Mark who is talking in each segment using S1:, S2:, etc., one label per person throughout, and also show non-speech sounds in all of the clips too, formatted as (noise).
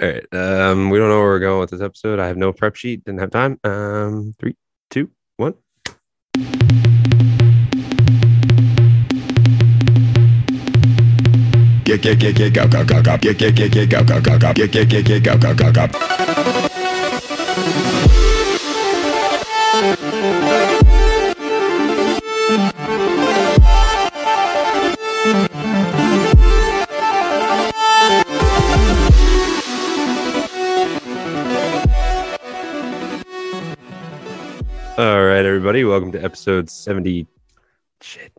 S1: All right. Um, we don't know where we're going with this episode. I have no prep sheet. Didn't have time. Um, three, two, one.
S2: Get get get get go go go go. Get get get get go go go go. Get get get get go go go go.
S1: All right, everybody. Welcome to episode seventy. Shit.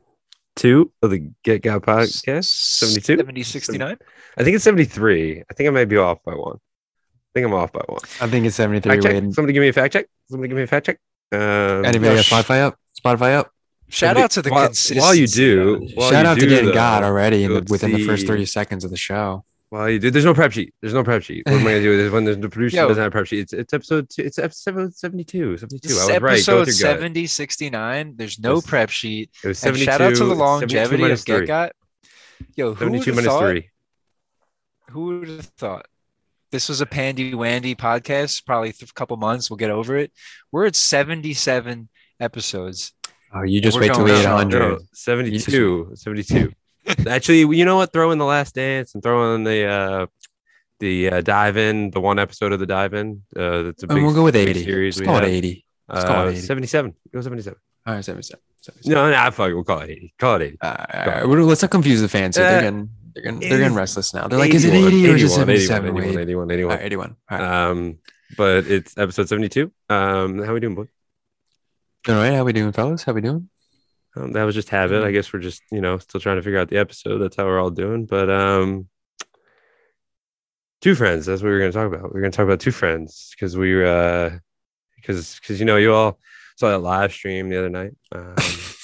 S1: Two of the Get Got podcast. 72?
S3: 70, 69?
S1: I think it's seventy-three. I think I might be off by one. I think I'm off by one.
S4: I think it's 73.
S1: Fact check.
S4: Wade.
S1: Somebody give me a fact check. Somebody give me a fact check. Um,
S4: Anybody got
S3: Gosh.
S4: Spotify up? Spotify up?
S3: Shout out to the
S1: while,
S3: consistency.
S1: while you do, while
S4: Shout
S1: you
S4: out
S1: do,
S4: to Getting
S1: though,
S4: God already in the,
S1: you'll
S4: within the first
S1: see-
S4: 30 seconds of the show.
S1: While you do, there's no prep sheet. There's no prep sheet. What am I gonna do with this when there's the producer
S3: Yo.
S1: doesn't have a prep sheet? It's, it's episode two. It's episode 72. 72.
S3: This
S1: I
S3: is
S1: was right. Go with
S3: episode
S1: your gut.
S3: 70, 69. There's no
S1: This-
S3: prep sheet.
S1: It was
S3: And
S1: 72.
S3: shout out to the
S1: 72
S3: longevity
S1: minus
S3: of Get
S1: three.
S3: Got. Yo, who
S1: 72
S3: would have
S1: minus
S3: thought?
S1: three.
S3: Who would have thought? This was a pandy wandy podcast. Probably a couple months. We'll get over it. We're at 77 episodes.
S4: Oh, you just
S3: We're
S4: wait till
S3: going
S4: we
S3: out.
S4: hit
S1: No,
S4: 100.
S1: no, 72. 72. Actually, you know what? Throw in the last dance and throw in the uh the uh, dive in, the one episode of the dive in. Uh that's a big
S4: and Oh, we'll go with
S1: big
S4: 80.
S1: series.
S4: Let's
S1: we
S4: call it
S1: have.
S4: 80. Let's call it
S1: Uh,
S4: 80.
S1: 77. Go 77.
S4: All right, 77. 77.
S1: No, no, fuck it. We'll call it 80. Call it 80.
S4: All right, all right. Well, Let's not confuse the fans. here.
S1: Uh,
S4: they're getting, they're getting, they're getting
S1: 80.
S4: restless now. They're like, is it
S1: 81,
S4: 80 or is it
S1: 81,
S4: 77?
S1: 81, 81,
S4: Wade?
S1: 81,
S4: All
S1: 81.
S4: right, 81. All right.
S1: Um, but it's episode 72. Um, how we doing, boy?
S4: Doing all right. How we doing, fellas? How we doing?
S1: Um, that was just habit. I guess we're just, you know, still trying to figure out the episode. That's how we're all doing. But um two friends, that's what we were gonna talk about. We were gonna talk about two friends because we uh because because you know you all saw that live stream the other night. Um,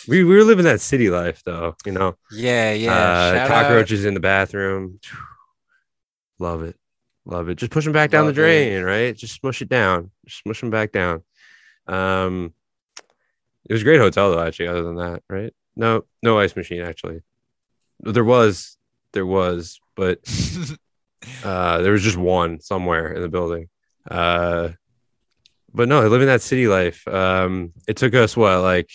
S1: we, we were living that city life though, you know.
S3: Yeah, yeah.
S1: uh,
S3: Shout out.
S1: cockroaches in the bathroom. Love it. Love it. Just push them back down
S3: Love
S1: the drain, right? Just smush it down. Just smush them back down. Um, it was a great hotel though, actually, other than that, right? No, no ice machine, actually. There was, there was, but uh, there was just one somewhere in the building. Uh, but no, living that city life. Um, it took us what, like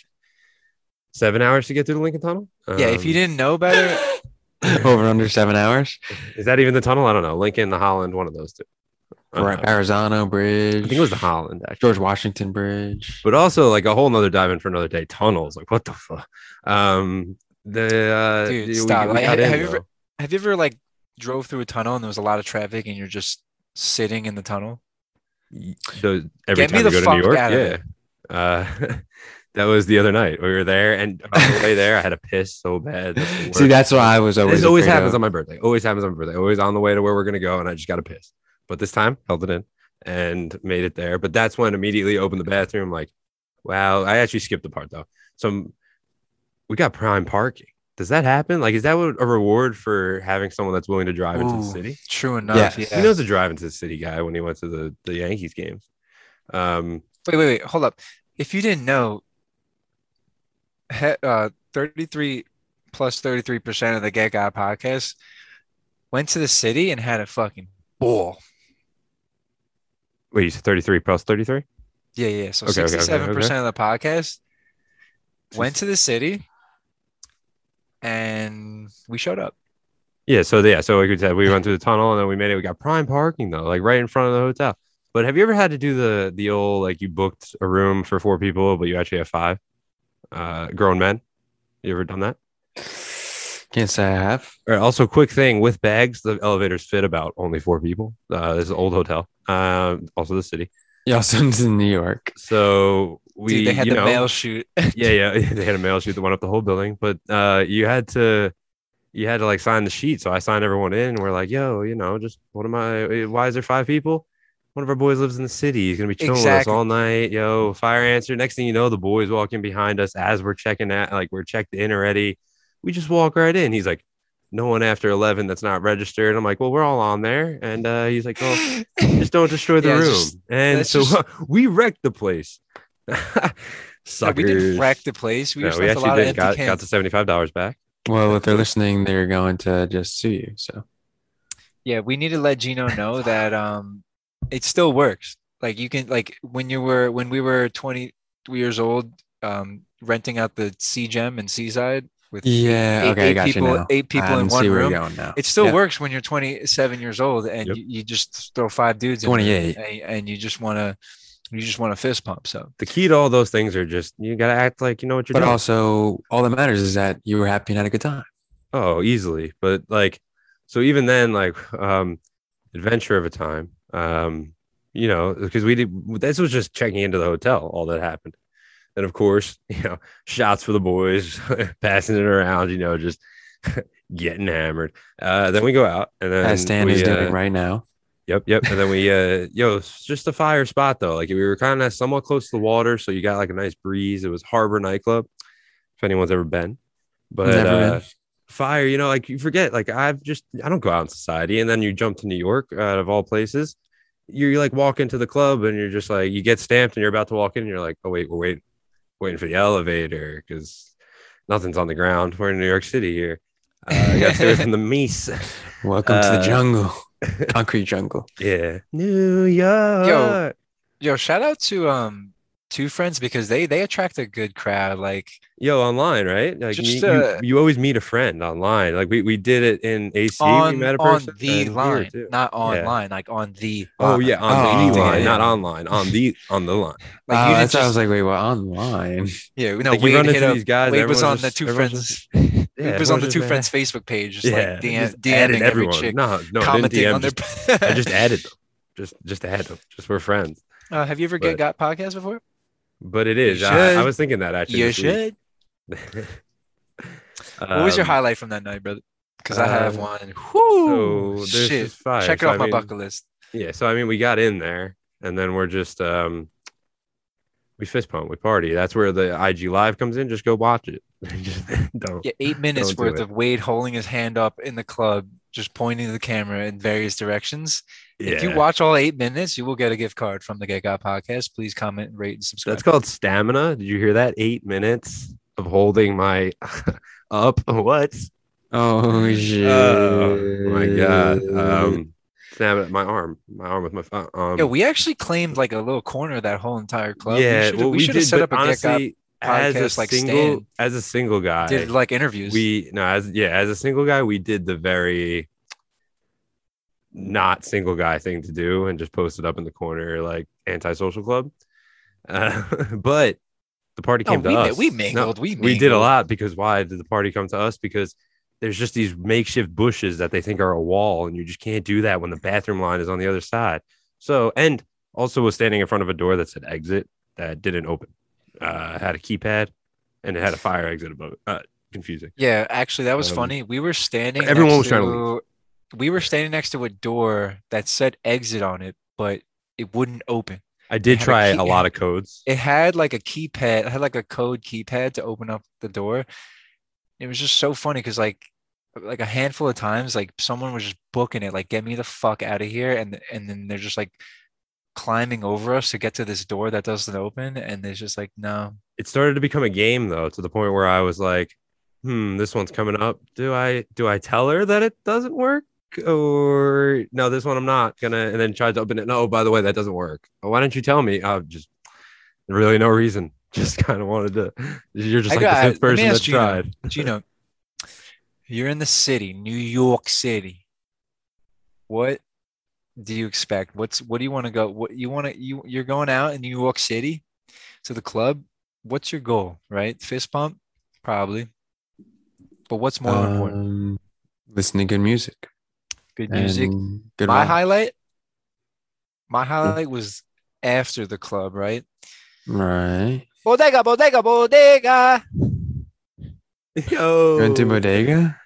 S1: seven hours to get through the Lincoln Tunnel?
S3: (laughs) yeah, if you
S1: Um,
S3: didn't know better,
S4: um, (laughs) Over under seven hours.
S1: Is that even the tunnel? I don't know. Lincoln, the Holland, one of those two. I don't
S4: Right.
S1: know.
S4: Verrazano Bridge.
S1: I think it was the Holland, actually.
S4: George Washington Bridge.
S1: But also, like a whole nother dive in for another day. Tunnels, like what the fuck? Um, the uh,
S3: Dude,
S1: we-
S3: stop.
S1: we
S3: Like,
S1: got
S3: ha-
S1: in,
S3: have you ever-
S1: though.
S3: have you ever like drove through a tunnel and there was a lot of traffic and you're just sitting in the tunnel?
S1: So every
S3: Get
S1: time
S3: me
S1: we
S3: the
S1: go to New
S3: fuck
S1: York,
S3: out of
S1: yeah.
S3: there.
S1: Uh, (laughs) that was the other night. We were there, and on the way there, I had a piss so bad. That's the
S4: (laughs) See,
S1: worst.
S4: that's why I was always.
S1: this always
S4: afraid
S1: happens
S4: of.
S1: on my birthday. Always happens on my birthday. Always on the way to where we're gonna go, and I just got a piss. But this time, held it in and made it there. But that's when immediately opened the bathroom. Like, wow. I actually skipped the part though. So we got prime parking. Does that happen? Like, is that what a reward for having someone that's willing to drive into the
S3: Ooh.
S1: city?
S3: True enough.
S4: Yes.
S3: Yeah.
S1: He knows a drive into the city guy when he went to the the Yankees games. Um,
S3: wait, wait, wait. Hold up. If you didn't know, he, uh, 33 plus 33% of the Get Guy podcast went to the city and had a fucking ball.
S1: wait, you said thirty three plus thirty three?
S3: Yeah, yeah. So
S1: Okay, okay, okay,
S3: 67% of the podcast went to the city and we showed up.
S1: Yeah, so yeah, so like we said, we went through the tunnel and then we made it. We got prime parking though, like right in front of the hotel. But have you ever had to do the the old like you booked a room for four people, but you actually have five uh, grown men? You ever done that?
S4: Can't say I have.
S1: All right, also, quick thing with bags, the elevators fit about only four people. Uh, this is an old hotel, um, also the city.
S4: Yeah, also (laughs) it's in New York.
S1: So we
S3: Dude, they had
S1: you
S3: the
S1: know, (laughs)
S3: mail shoot. (laughs)
S1: yeah, yeah. They had a mail shoot that went up the whole building, but uh, you had to, you had to like sign the sheet. So I signed everyone in, and we're like, "Yo, you know, just what am I? uh, Why is there five people? One of our boys lives in the city. He's gonna be chilling with us
S3: Exactly.
S1: all night. Yo, fire answer. Next thing you know, the boys walking behind us as we're checking out, like we're checked in already. We just walk right in. He's like, "No one after eleven that's not registered." I'm like, "Well, we're all on there," and uh, he's like, "Well." just don't destroy the
S3: Yeah,
S1: room.
S3: just-
S1: and
S3: that's
S1: so
S3: just-
S1: (laughs) we wrecked the place. (laughs)
S3: Yeah,
S1: Suckers.
S3: we didn't wreck the place. We
S1: No,
S3: just
S1: we
S3: left a lot
S1: actually
S3: of
S1: did.
S3: empty
S1: Got,
S3: cans.
S1: got the seventy-five dollars back.
S4: Well, if they're listening, they're going to just sue you. So
S3: Yeah, we need to let Gino know that um it still works. Like you can like when you were when we were 20 years old, um renting out the C Gem and Seaside with
S4: Yeah.
S3: eight,
S4: okay, I
S3: eight
S4: got
S3: people
S4: you now.
S3: eight
S4: I
S3: people in
S4: see
S3: one
S4: where
S3: room.
S4: You're going now.
S3: It still
S4: Yeah.
S3: works when you're 27 years old and
S1: Yep.
S3: you, you just throw five dudes in there
S4: 28.
S3: and, and you just want to you just want to fist pump. So
S1: The key to all those things are just you gotta act like you know what you're
S4: But
S1: doing.
S4: also, all that matters is that you were happy and had a good time.
S1: oh, easily. But like, so even then, like, um, adventure of a time. Um, you know, because we did this was just checking into the hotel. All that happened, and of course, (laughs) you know, shots for the boys, (laughs) passing it around. You know, just (laughs) getting hammered. Uh, then we go out, and then
S4: As Stan
S1: we,
S4: is doing
S1: uh,
S4: right now.
S1: Yep, yep. And then we, uh, yo, it's just a fire spot though. Like we were kind of somewhat close to the water, so you got like a nice breeze. It was Harbor Nightclub, if anyone's ever been. But
S4: Never
S1: uh,
S4: been.
S1: fire, you know, like you forget. Like I've just, I don't go out in society, and then you jump to New York out of all places. You like walk into the club, and you're just like, you get stamped, and you're about to walk in, and you're like, oh wait, we're waiting, waiting for the elevator because nothing's on the ground. We're in New York City here. Uh, I got to stay away from the meese. (laughs)
S4: Welcome to the
S1: uh,
S4: (laughs) jungle, concrete jungle.
S1: Yeah, New York.
S3: yo, shout out to um two friends because they they attract a good crowd. Like
S1: Yo, online, right? Like
S3: Just,
S1: you- you,
S3: uh,
S1: you always meet a friend online. Like we, we did it in AC. we
S3: on
S1: met a
S3: on
S1: person and
S3: the
S1: here,
S3: line,
S1: too.
S3: not
S1: Yeah.
S3: online, like on the
S1: Oh
S3: line.
S1: yeah, on
S4: Oh,
S1: the line,
S4: yeah.
S1: not online. On the on the line.
S3: Like
S4: oh,
S3: you didn't
S4: that's why I
S3: just,
S4: was like, wait, what? Online?
S3: yeah, no,
S1: like
S3: Wade
S1: you run
S3: hit
S1: into
S3: up.
S1: these guys.
S3: Wade was
S1: everyone's
S3: on the
S1: just-
S3: two
S1: everyone's
S3: (laughs) friends.
S1: yeah,
S3: Wade was on
S1: everyone's
S3: the
S1: just
S3: two
S1: mad.
S3: friends
S1: (laughs)
S3: Facebook page, just
S1: yeah,
S3: like
S1: I
S3: DM,
S1: just added
S3: DMing every
S1: everyone.
S3: chick,
S1: No, no, I didn't
S3: commenting
S1: DM
S3: on their.
S1: just- I
S3: (laughs)
S1: just added them. Just just add them. Just we're friends.
S3: uh, have you ever
S1: but-
S3: got podcast before?
S1: But it is.
S3: You
S1: I, I
S3: should.
S1: was thinking that actually.
S3: You
S1: this week.
S3: should. what was your
S1: Um,
S3: highlight from that night, brother? Because I have
S1: um,
S3: one. Whoo,
S1: So there's
S3: shit.
S1: just five.
S3: Check it
S1: So,
S3: off
S1: I
S3: my
S1: mean,
S3: bucket list.
S1: Yeah, so I mean, we got in there, and then we're just um, we fist pump, we party. That's where the IG live comes in. Just go watch it. (laughs) Just don't.
S3: Yeah, eight minutes
S1: Don't do
S3: worth
S1: it.
S3: of Wade holding his hand up in the club, just pointing to the camera in various directions. If you
S1: Yeah.
S3: watch all eight minutes, you will get a gift card from the Get Got Podcast. Please comment, rate, and subscribe.
S1: that's called stamina. Did you hear that? Eight minutes of holding my (laughs) up. What? (laughs)
S4: Oh shit!
S1: Uh, Oh my god. Um, stamina. My arm. My arm with my phone. Um,
S3: Yeah, we actually claimed like a little corner of that whole entire club. we
S1: yeah.
S3: should have
S1: well, we,
S3: should
S1: did.
S3: have set
S1: but
S3: up a Get Got.
S1: honestly, as a
S3: podcast like
S1: single,
S3: Stan.
S1: as a single guy,
S3: Did like interviews.
S1: we no as yeah as a single guy we did the very not single guy thing to do and just posted up in the corner like anti-social club uh, (laughs) but the party
S3: no,
S1: came
S3: we,
S1: to
S3: ma-
S1: us
S3: we
S1: No,
S3: mingled. we
S1: we did a
S3: mingled.
S1: lot because why did the party come to us because there's just these makeshift bushes that they think are a wall and you just can't do that when the bathroom line is on the other side so and also was standing in front of a door that said exit that didn't open uh had a keypad and it had a fire exit above it uh confusing
S3: Yeah, actually, that was
S1: Um,
S3: funny. We were standing.
S1: everyone
S3: next
S1: was trying to
S3: We were standing next to a door that said exit on it, but it wouldn't open.
S1: I did
S3: had a
S1: try
S3: key-
S1: a lot of codes.
S3: It had like a keypad. It had like a code keypad to open up the door. It was just so funny because like like a handful of times, like someone was just booking it, like get me the fuck out of here, and and then they're just like climbing over us to get to this door that doesn't open, and it's just like no,
S1: It started to become a game though, to the point where I was like, "Hmm, this one's coming up. Do I do I tell her that it doesn't work, or no, this one I'm not gonna?" And then tried to open it. No, by the way, that doesn't work. Oh, why didn't you tell me? Uh, just really no reason. (laughs) Just kind of wanted to. You're just
S3: I
S1: like
S3: got-
S1: the
S3: let me
S1: fifth person
S3: ask
S1: that tried.
S3: Gino. (laughs) Gino, you're in the city, New York City. What do you expect? What's what do you want to go? What you want to you you're going out in New York City to the club? What's your goal, right? Fist pump, probably. But what's more
S1: Uh,
S3: important?
S4: Um, listen to good music.
S3: Good music.
S4: and Good
S3: My
S4: vibe.
S3: highlight. My highlight was after the club, right?
S4: Right.
S3: Bodega, bodega, bodega.
S1: Yo. (laughs) Oh.
S4: You went to bodega.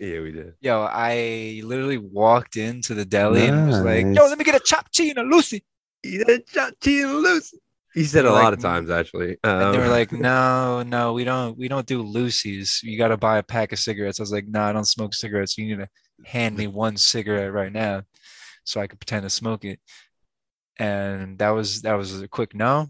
S1: Yeah, we did.
S3: Yo, I literally walked into the deli and was like, "Yo,
S4: Nice.
S3: let me get a chopped chino, Lucy."
S1: He said, loose. He said a
S3: Like-
S1: lot of times actually.
S3: And they were
S1: Um,
S3: like, "No, no, we don't, we don't do Lucy's. You got to buy a pack of cigarettes." I was like, "No, I don't smoke cigarettes. You need to hand me one cigarette right now, so I could pretend to smoke it." And that was that was a quick no,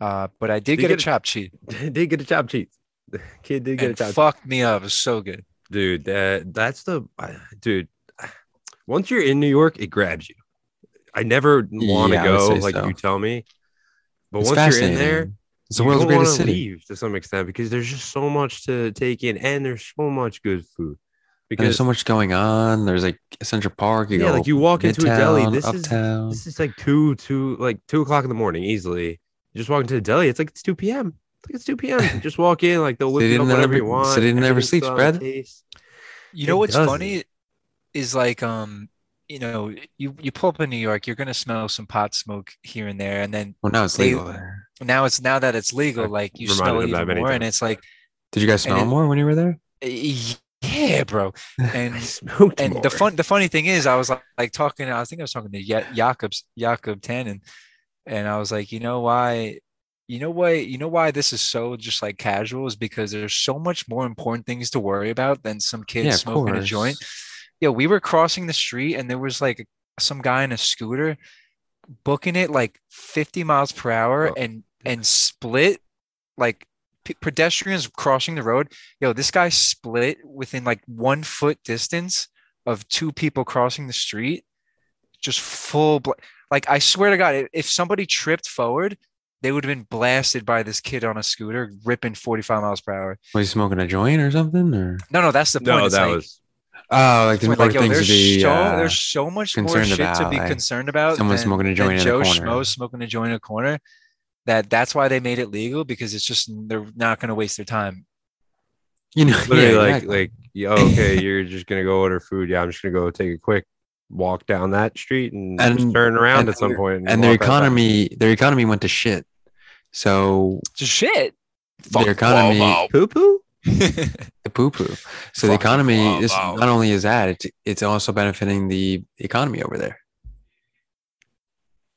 S3: uh, but I did
S1: Did you
S3: get a
S1: get a-
S3: chopped cheat.
S1: (laughs) did get a chop cheat. (laughs) Kid did get a
S3: It
S1: chop cheat.
S3: fucked me up. It was so good.
S1: dude that that's the I- dude once you're in New York, it grabs you. I never want to
S4: Yeah, I would
S1: go
S4: say
S1: like
S4: so.
S1: you tell me, but
S4: It's
S1: once you're in there,
S4: fascinating. it's the
S1: you
S4: world's
S1: don't wanna
S4: greatest city.
S1: leave to some extent because there's just so much to take in and there's so much good food.
S4: And
S1: Because
S4: There's so much going on. There's like Central Park. You
S1: Yeah,
S4: go
S1: like, you walk into a deli,
S4: midtown,
S1: this is-
S4: uptown.
S1: this is like two two like two o'clock in the morning easily. You just walk into the deli, it's like it's two p.m. It's like it's two p.m. You just walk in,
S4: (laughs)
S1: like they'll whip
S4: City
S1: you up
S4: never-
S1: whatever you want.
S4: city never
S1: everything's
S4: sleeps,
S1: still on
S4: Brad.
S1: the case.
S3: You
S1: It
S3: know what's
S1: doesn't.
S3: funny is like um you know you you pull up in New York you're gonna smell some pot smoke here and there and then
S4: well, now it's
S3: they-
S4: legal there.
S3: now it's now that it's legal
S1: I've
S3: like you
S1: reminded
S3: smell
S1: him
S3: it
S1: that
S3: even
S1: many
S3: more and
S1: times.
S3: it's like
S4: Did you guys smell
S3: it-
S4: more when you were there?
S3: yeah bro
S1: (laughs) I (laughs)
S3: and
S1: smoked
S3: and the
S1: more.
S3: fun the funny thing is I was like, like talking I think I was talking to Ya- Jakob's Jakob Tannen and I was like you know why you know why you know why this is so just like casual is because there's so much more important things to worry about than some kids
S4: yeah, of
S3: smoking
S4: course.
S3: a joint yeah we were crossing the street and there was like some guy in a scooter booking it like 50 miles per hour
S1: Oh.
S3: and and split like pe- pedestrians crossing the road yo this guy split within like one foot distance of two people crossing the street just full bla- like i swear to god i- if somebody tripped forward they would have been blasted by this kid on a scooter ripping 45 miles per hour
S4: Was he smoking a joint or something? Or
S3: no no that's the point
S1: no,
S3: It's
S1: that
S3: like-
S1: was
S4: oh,
S1: Uh,
S4: like there's
S3: Wait,
S4: more
S3: like, yo,
S4: things
S3: there's
S4: to be.
S3: so
S4: uh,
S3: there's so much more
S4: concerned
S3: shit to
S4: about,
S3: be
S4: like,
S3: concerned about.
S4: someone
S3: than-
S4: smoking a
S3: than
S4: joint in a
S3: Joe
S4: corner.
S3: Schmo smoking a joint in a corner. That that's why they made it legal because it's just they're not going to waste their time.
S4: you know,
S1: literally
S4: yeah,
S1: like
S4: exactly.
S1: like yeah, okay, you're just gonna go order food. Yeah, I'm just gonna go take a quick walk down that street and, just
S4: And-
S1: turn around
S4: and
S1: at some
S4: their-
S1: point
S4: and their
S1: walk right back.
S4: economy, their economy went to shit. So
S3: Just shit.
S4: their economy,
S1: poo poo.
S4: the poo poo. So the
S3: Fuck
S4: economy, this
S3: Volvo.
S4: not only is that, it's, it's also benefiting the economy over there.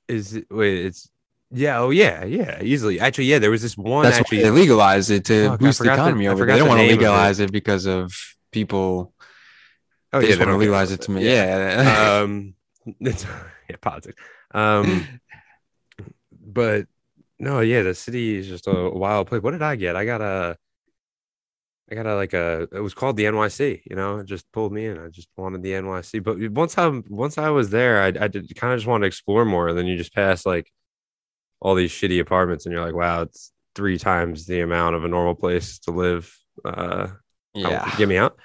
S1: Is it, wait, it's yeah, oh yeah, yeah, easily. Actually, yeah, there was this one
S4: That's
S1: actually.
S4: why they legalized it to
S1: Fuck, I
S4: boost the
S1: forgot the-
S4: economy
S1: I
S4: over
S1: forgot
S4: there. They don't
S1: the
S4: want to
S1: name of it.
S4: legalize it because of people.
S1: oh
S4: they
S1: yeah,
S4: just want to
S1: don't care
S4: legalize
S1: about
S4: it to
S1: (laughs)
S4: me. Yeah.
S1: um, it's, (laughs) yeah, politics. Um, but no, yeah, the city is just a wild place. What did I get? I got a, I got a like a. It was called the NYC. You know, it just pulled me in. I just wanted the NYC. But once I once I was there, I I did kind of just want to explore more. And then you just pass like all these shitty apartments, and you're like, wow, it's three times the amount of a normal place to live. Uh, Come-
S4: (laughs) yeah.
S1: get me out.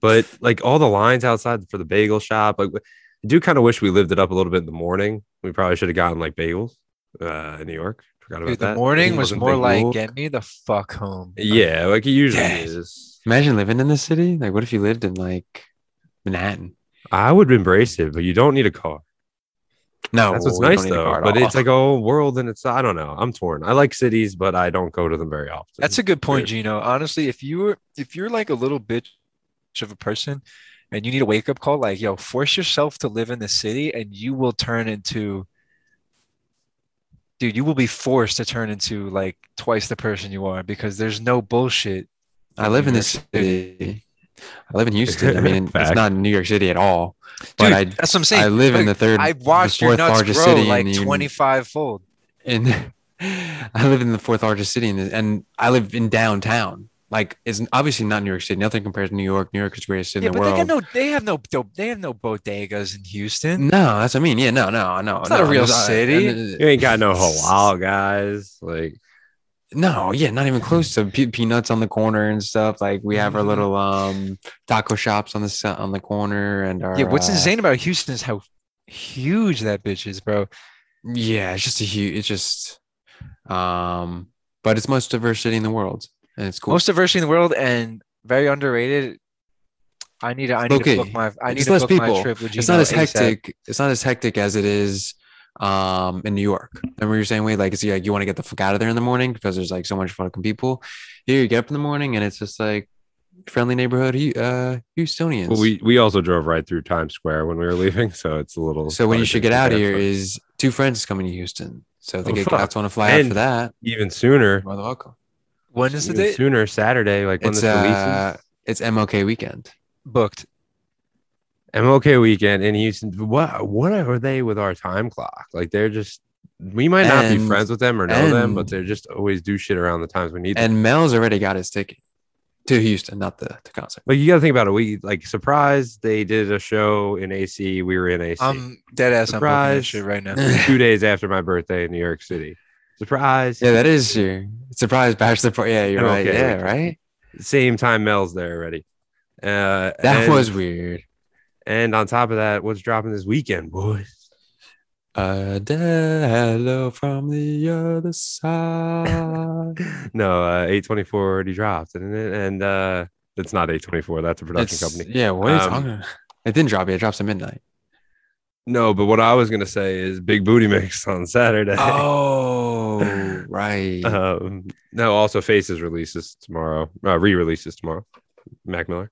S1: But like all the lines outside for the bagel shop, like I do kind of wish we lived it up a little bit in the morning. We probably should have gotten like bagels uh, in New York. Forgot about
S3: Dude,
S1: that.
S3: the morning
S1: It
S3: was
S1: wasn't
S3: more
S1: big
S3: like
S1: walk.
S3: get me the fuck home.
S1: yeah, like it usually
S3: Yes.
S1: is.
S4: Imagine living in this city. Like, what if you lived in like Manhattan?
S1: I would embrace it, but you don't need a car.
S4: No,
S1: That's what's
S4: we don't
S1: nice
S4: need a car
S1: though.
S4: at
S1: But
S4: all.
S1: it's like a whole world, and it's I don't know. I'm torn. I like cities, but I don't go to them very often.
S3: That's a good point,
S1: Weird.
S3: Gino. Honestly, if you were if you're like a little bitch of a person and you need a wake up call, like yo, force yourself to live in the city and you will turn into dude, you will be forced to turn into like twice the person you are because there's no bullshit.
S4: I live in
S3: New
S4: this
S3: York City.
S4: city.
S1: (laughs)
S4: I live in Houston. I mean, it's
S1: Fact.
S4: not New York City at all. But
S3: Dude,
S4: I-
S3: that's what I'm saying.
S4: I live in the third.
S3: I've watched
S4: the
S3: your
S4: fourth
S3: nuts
S4: largest
S3: grow
S4: city in
S3: like
S4: the Union-
S3: 25 fold.
S4: (laughs) in I live in the fourth largest city in the, and I live in downtown. Like it's obviously not New York City. Nothing compares to New York. New York is the greatest city
S3: Yeah,
S4: in the
S3: but they
S4: world.
S3: got no they have no they have no bodegas in Houston.
S4: no, that's what I mean. Yeah, no, no, no.
S3: It's
S4: no,
S3: not a real
S4: There's- I-
S3: city.
S4: and, uh,
S1: You ain't got no
S3: (laughs)
S1: halal guys. Like
S4: no, yeah, not even close to pe- peanuts on the corner and stuff. Like we have our little um taco shops on the s- on the corner and our
S3: Yeah, what's
S4: uh,
S3: insane about Houston is how huge that bitch is, bro.
S4: Yeah, it's just a huge. It's just um, but it's most diverse city in the world, and it's cool.
S3: most diversity in the world and very underrated. I need to. I need to book
S4: Okay.
S3: my. I need
S4: It's
S3: to
S4: less
S3: book my
S4: people.
S3: trip. With
S4: it's
S3: Gino
S4: not as
S3: ASAP.
S4: hectic. It's not as hectic as it is um in New York. Remember you're saying wait, like it's like you want to get the fuck out of there in the morning because there's like so much fucking people. Here you get up in the morning and it's just like friendly neighborhood Hu- uh Houstonians.
S1: well, we we also drove right through Times Square when we were leaving, so it's a little.
S4: so when you should get out of
S1: probably
S4: here
S1: different.
S4: is two friends coming to Houston. So they
S1: Oh,
S4: get
S1: fuck.
S4: that's want to fly out
S1: And-
S4: for that.
S1: even sooner.
S4: You're more than welcome.
S3: When is the
S1: even
S3: date
S1: Sooner Saturday, like when
S4: It's
S1: this releases.
S4: uh it's MLK weekend.
S3: booked?
S1: MLK weekend in Houston. What what are they with our time clock? Like they're just we might not be
S4: And-
S1: friends with them or know them, but
S4: and-
S1: they are just always do shit around the times we need them.
S4: And Mel's already got his ticket. to Houston, not the, the concert.
S1: Like you got to think about it. We like surprised they did a show in AC. We were in AC
S4: Um,
S3: I'm dead ass. I'm looking at
S1: Surprise.
S3: shit right now.
S1: (laughs) two days after my birthday in New York City. Surprise!
S4: Yeah, that is your surprise bachelor party. Yeah, you're
S1: I'm
S4: right.
S1: Oh, okay
S4: yeah,
S1: with it.
S4: right.
S1: Same time Mel's there already. Uh,
S4: That
S1: and-
S4: was weird.
S1: And on top of that, what's dropping this weekend, boys?
S4: Uh, hello from the other side.
S1: No, uh, A24 already dropped, isn't it? And uh, it's not A24. That's a (laughs) production
S4: It's-
S1: company.
S4: Yeah, what are you
S1: Um,
S4: talking about? It didn't drop yet. It drops
S1: (laughs)
S4: at midnight.
S1: No, but what I was gonna say is Big Booty (laughs) Mix on Saturday.
S4: Oh,
S1: (laughs)
S4: right.
S1: Um, no, also Faces releases tomorrow. Uh, re-releases tomorrow. Mac Miller.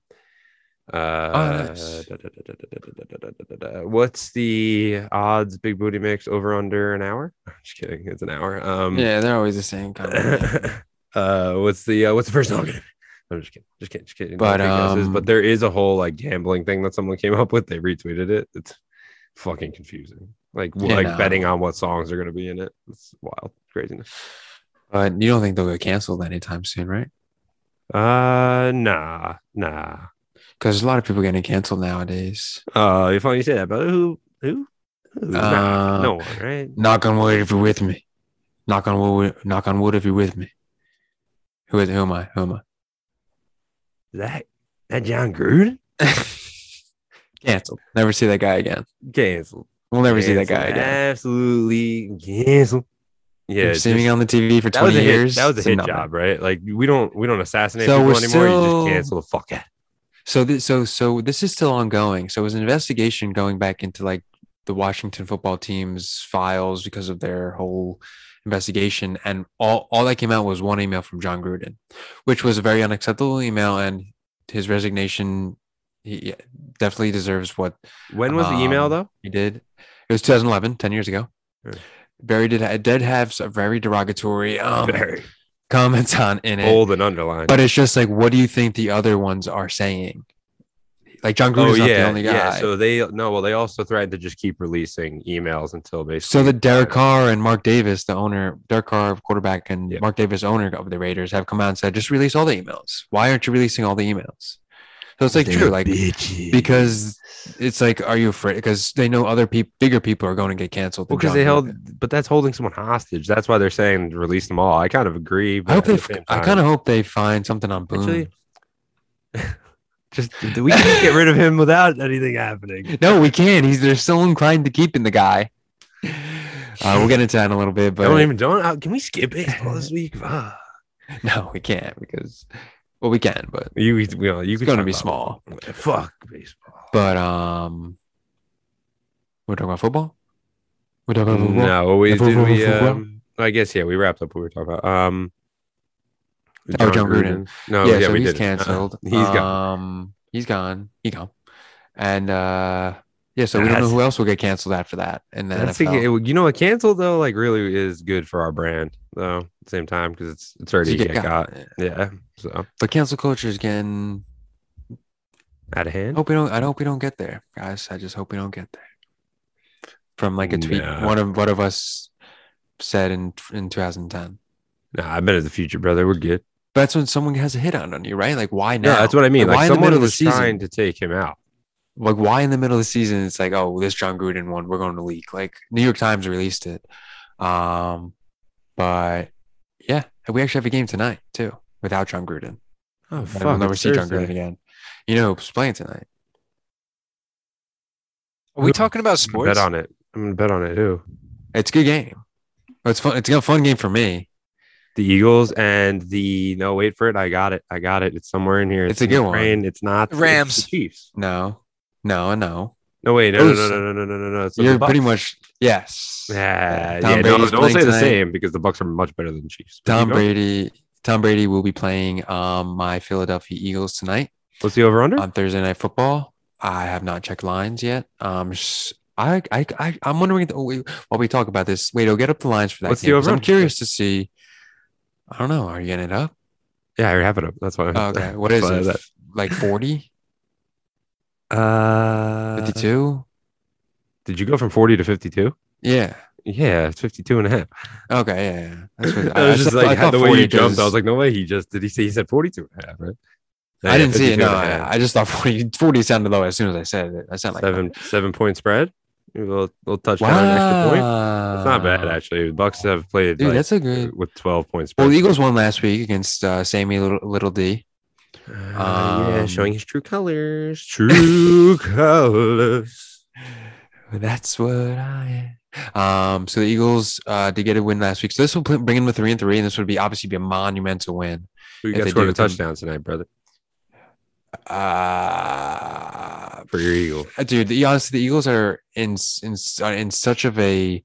S1: Uh,
S4: Oh, nice.
S1: da- da- da- da- da- da- da- da- da- da- da- da. What's the odds? Big Booty Mix over under an hour? (laughs) I'm just kidding. It's an hour. Um,
S4: yeah, they're always the same kind.
S1: (laughs) uh, what's the uh, what's the first song? (laughs) I'm just kidding, just kidding, just kidding. No
S4: But,
S1: big guesses.
S4: um,
S1: but there is a whole like gambling thing that someone came up with. They retweeted it. It's fucking confusing. Like w-
S4: Yeah,
S1: like
S4: no.
S1: betting on what songs are gonna be in it. It's wild craziness.
S4: but you don't think they'll get canceled anytime soon, right?
S1: Uh, nah, nah.
S4: Because a lot of people getting canceled nowadays.
S1: Uh, you funny you say that, but who who? who? Nah,
S4: Uh,
S1: no one, right?
S4: Knock on wood if you're with me. Knock on wood. Knock on wood if you're with me. Who is? Who am I? Who am
S1: That that John Gruden
S4: I?
S1: (laughs)
S4: canceled. Never see that guy again.
S1: canceled.
S4: We'll never see that guy
S1: Canceled.
S4: again.
S1: Absolutely canceled. Yeah,
S4: Yeah,
S1: just-
S4: seeing on the TV for
S1: that was
S4: 20
S1: a hit-
S4: years.
S1: that was
S4: it's
S1: a hit
S4: nothing.
S1: job, right? Like we don't we don't assassinate
S4: So
S1: people
S4: we're
S1: anymore.
S4: still-
S1: You just cancel the fuck out.
S4: So this, so so this is still ongoing. So it was an investigation going back into like the Washington football team's files because of their whole investigation, and all all that came out was one email from John Gruden, which was a very unacceptable email, and his resignation. He yeah, definitely deserves what
S1: When was the email
S4: Um,
S1: though?
S4: he did. It was 2011, 10 years ago.
S1: Yeah.
S4: Barry did ha- did have some very derogatory um, comments on in it.
S1: old and underlined.
S4: But it's just like, what do you think the other ones are saying? Like John
S1: oh
S4: Gruden's not the
S1: yeah,
S4: only guy.
S1: yeah.
S4: so,
S1: So they no, well they also threatened to just keep releasing emails until basically.
S4: the Derek Carr and Mark Davis, the owner, Derek Carr quarterback and
S1: Yeah.
S4: Mark Davis owner of the Raiders, have come out and said, just release all the emails. Why aren't you releasing all the emails? So it's like true, like because it's like, are you afraid? Because they know other people, bigger people are going to get canceled. than
S1: because
S4: John
S1: they
S4: Gruden.
S1: held, but that's holding someone hostage. That's why they're saying release them all. I kind of agree. But
S4: I hope
S1: at
S4: they.
S1: the same
S4: I
S1: time-
S4: kind of hope they find something on Boone.
S1: actually. (laughs) Just we can just get rid of him without anything happening.
S4: No, we can't. He's they're still inclined to keeping
S1: (laughs)
S4: the guy. Uh, we'll get into that in a little bit, (laughs) but
S1: don't even don't. uh, Can we skip baseball this week? Ah.
S4: (laughs) no, we can't because well, we can, but
S1: You, we, we, you
S4: it's
S1: can
S4: going to
S1: talk
S4: be
S1: about
S4: small.
S1: it. Fuck baseball.
S4: But um, we're talking about football. We're talking about football.
S1: No, we
S4: Football,
S1: did.
S4: football,
S1: We,
S4: football.
S1: um, I guess yeah, we wrapped up what we were talking about. Um,
S4: Oh, John Gruden.
S1: No,
S4: yeah,
S1: yeah,
S4: so
S1: we
S4: he's
S1: (laughs) did.
S4: canceled.
S1: He's gone.
S4: Um, he's gone. He gone. And uh, yeah, so we don't know
S1: That's-
S4: who else will get canceled after that. And then
S1: That's the, you know, what canceled though, like really is good for our brand though. At the same time, because it's it's
S4: (laughs)
S1: already get got. Yeah, so
S4: But cancel culture is getting.
S1: out of hand.
S4: Hope we don't. I hope we don't get there, guys. I just hope we don't get there. From like a tweet,
S1: Nah.
S4: one of one of us said in in 2010.
S1: Nah, I've been in the future, brother. We're good.
S4: But that's when someone has a hit on on you, right? Like why now?
S1: No, that's what I mean.
S4: Like,
S1: Like,
S4: why in the middle
S1: someone
S4: of the
S1: was
S4: season?
S1: trying to take him out.
S4: like why in the middle of the season it's like oh this John Gruden one we're going to leak like New York Times released it um but yeah we actually have a game tonight too without John Gruden
S1: Oh
S4: And we'll never see John Gruden again you know who's playing tonight
S3: Are we talking about sports?
S1: Bet on it. I'm gonna bet on it. Who?
S4: it's a good game it's fun it's a fun game for me
S1: The Eagles and the no, wait for it. I got it. I got it. It's somewhere in here.
S4: It's a
S1: in the
S4: good one.
S1: brain. It's not it's the
S3: Rams.
S1: Chiefs.
S4: no no no
S1: No, wait, no,
S4: Oh,
S1: no,
S4: so-
S1: no, no, no, no, no, no, no. It's the
S4: you're
S1: Bucks.
S4: pretty much yes
S1: Yeah,
S4: Tom
S1: yeah. Don't,
S4: Brady's
S1: don't
S4: playing
S1: say the
S4: tonight.
S1: same because the Bucks are much better than Chiefs. But
S4: Tom
S1: keep going.
S4: Brady Tom Brady will be playing um my Philadelphia Eagles tonight
S1: What's the over under?
S4: on Thursday night football. I have not checked lines yet. Um, s- I, I, I, am wondering oh, wait, while we talk about this. Wait, I'll get up the lines for that.
S1: What's the
S4: game, 'cause I'm
S1: over-under?
S4: curious to see. I don't know. Are you getting it up?
S1: yeah, I have it up. That's why.
S4: Okay. What is
S1: Fine,
S4: it?
S1: that-
S4: Like 40,
S1: Uh,
S4: 52?
S1: Did you go from 40 to 52?
S4: yeah.
S1: Yeah, it's 52 and a half.
S4: Okay. Yeah. yeah. That's
S1: I was just (laughs)
S4: thought-
S1: like,
S4: thought
S1: the way
S4: 40
S1: you jumped, I
S4: because-
S1: was like, no way. He just did he say he said 42 and a half, right?
S4: I didn't see it.
S1: 52
S4: No,
S1: and a half.
S4: I, I just thought 40, 40 sounded low as soon as I said it. I sound like
S1: seven seven point spread. A little, little touchdown,
S4: Wow.
S1: extra point. It's not bad actually. The Bucks have played
S4: Uh, Dude,
S1: like, uh,
S4: that's a great.
S1: with twelve points.
S4: Well, the Eagles won last week against uh, Sammy Little, Little D.
S3: Uh,
S1: yeah,
S4: um,
S1: showing his true colors. (laughs) True colors.
S4: That's what I. Um, so the Eagles uh, did get a win last week. So this will pl- bring in with three and three, and this would be obviously be a monumental win.
S1: Who you
S4: If
S1: got
S4: they
S1: scored
S4: do
S1: a
S4: come-
S1: touchdown tonight, brother?
S4: Uh,
S1: For
S4: (sighs)
S1: your Eagles.
S4: dude, the, honestly, the Eagles are in s- in s- uh, in such of a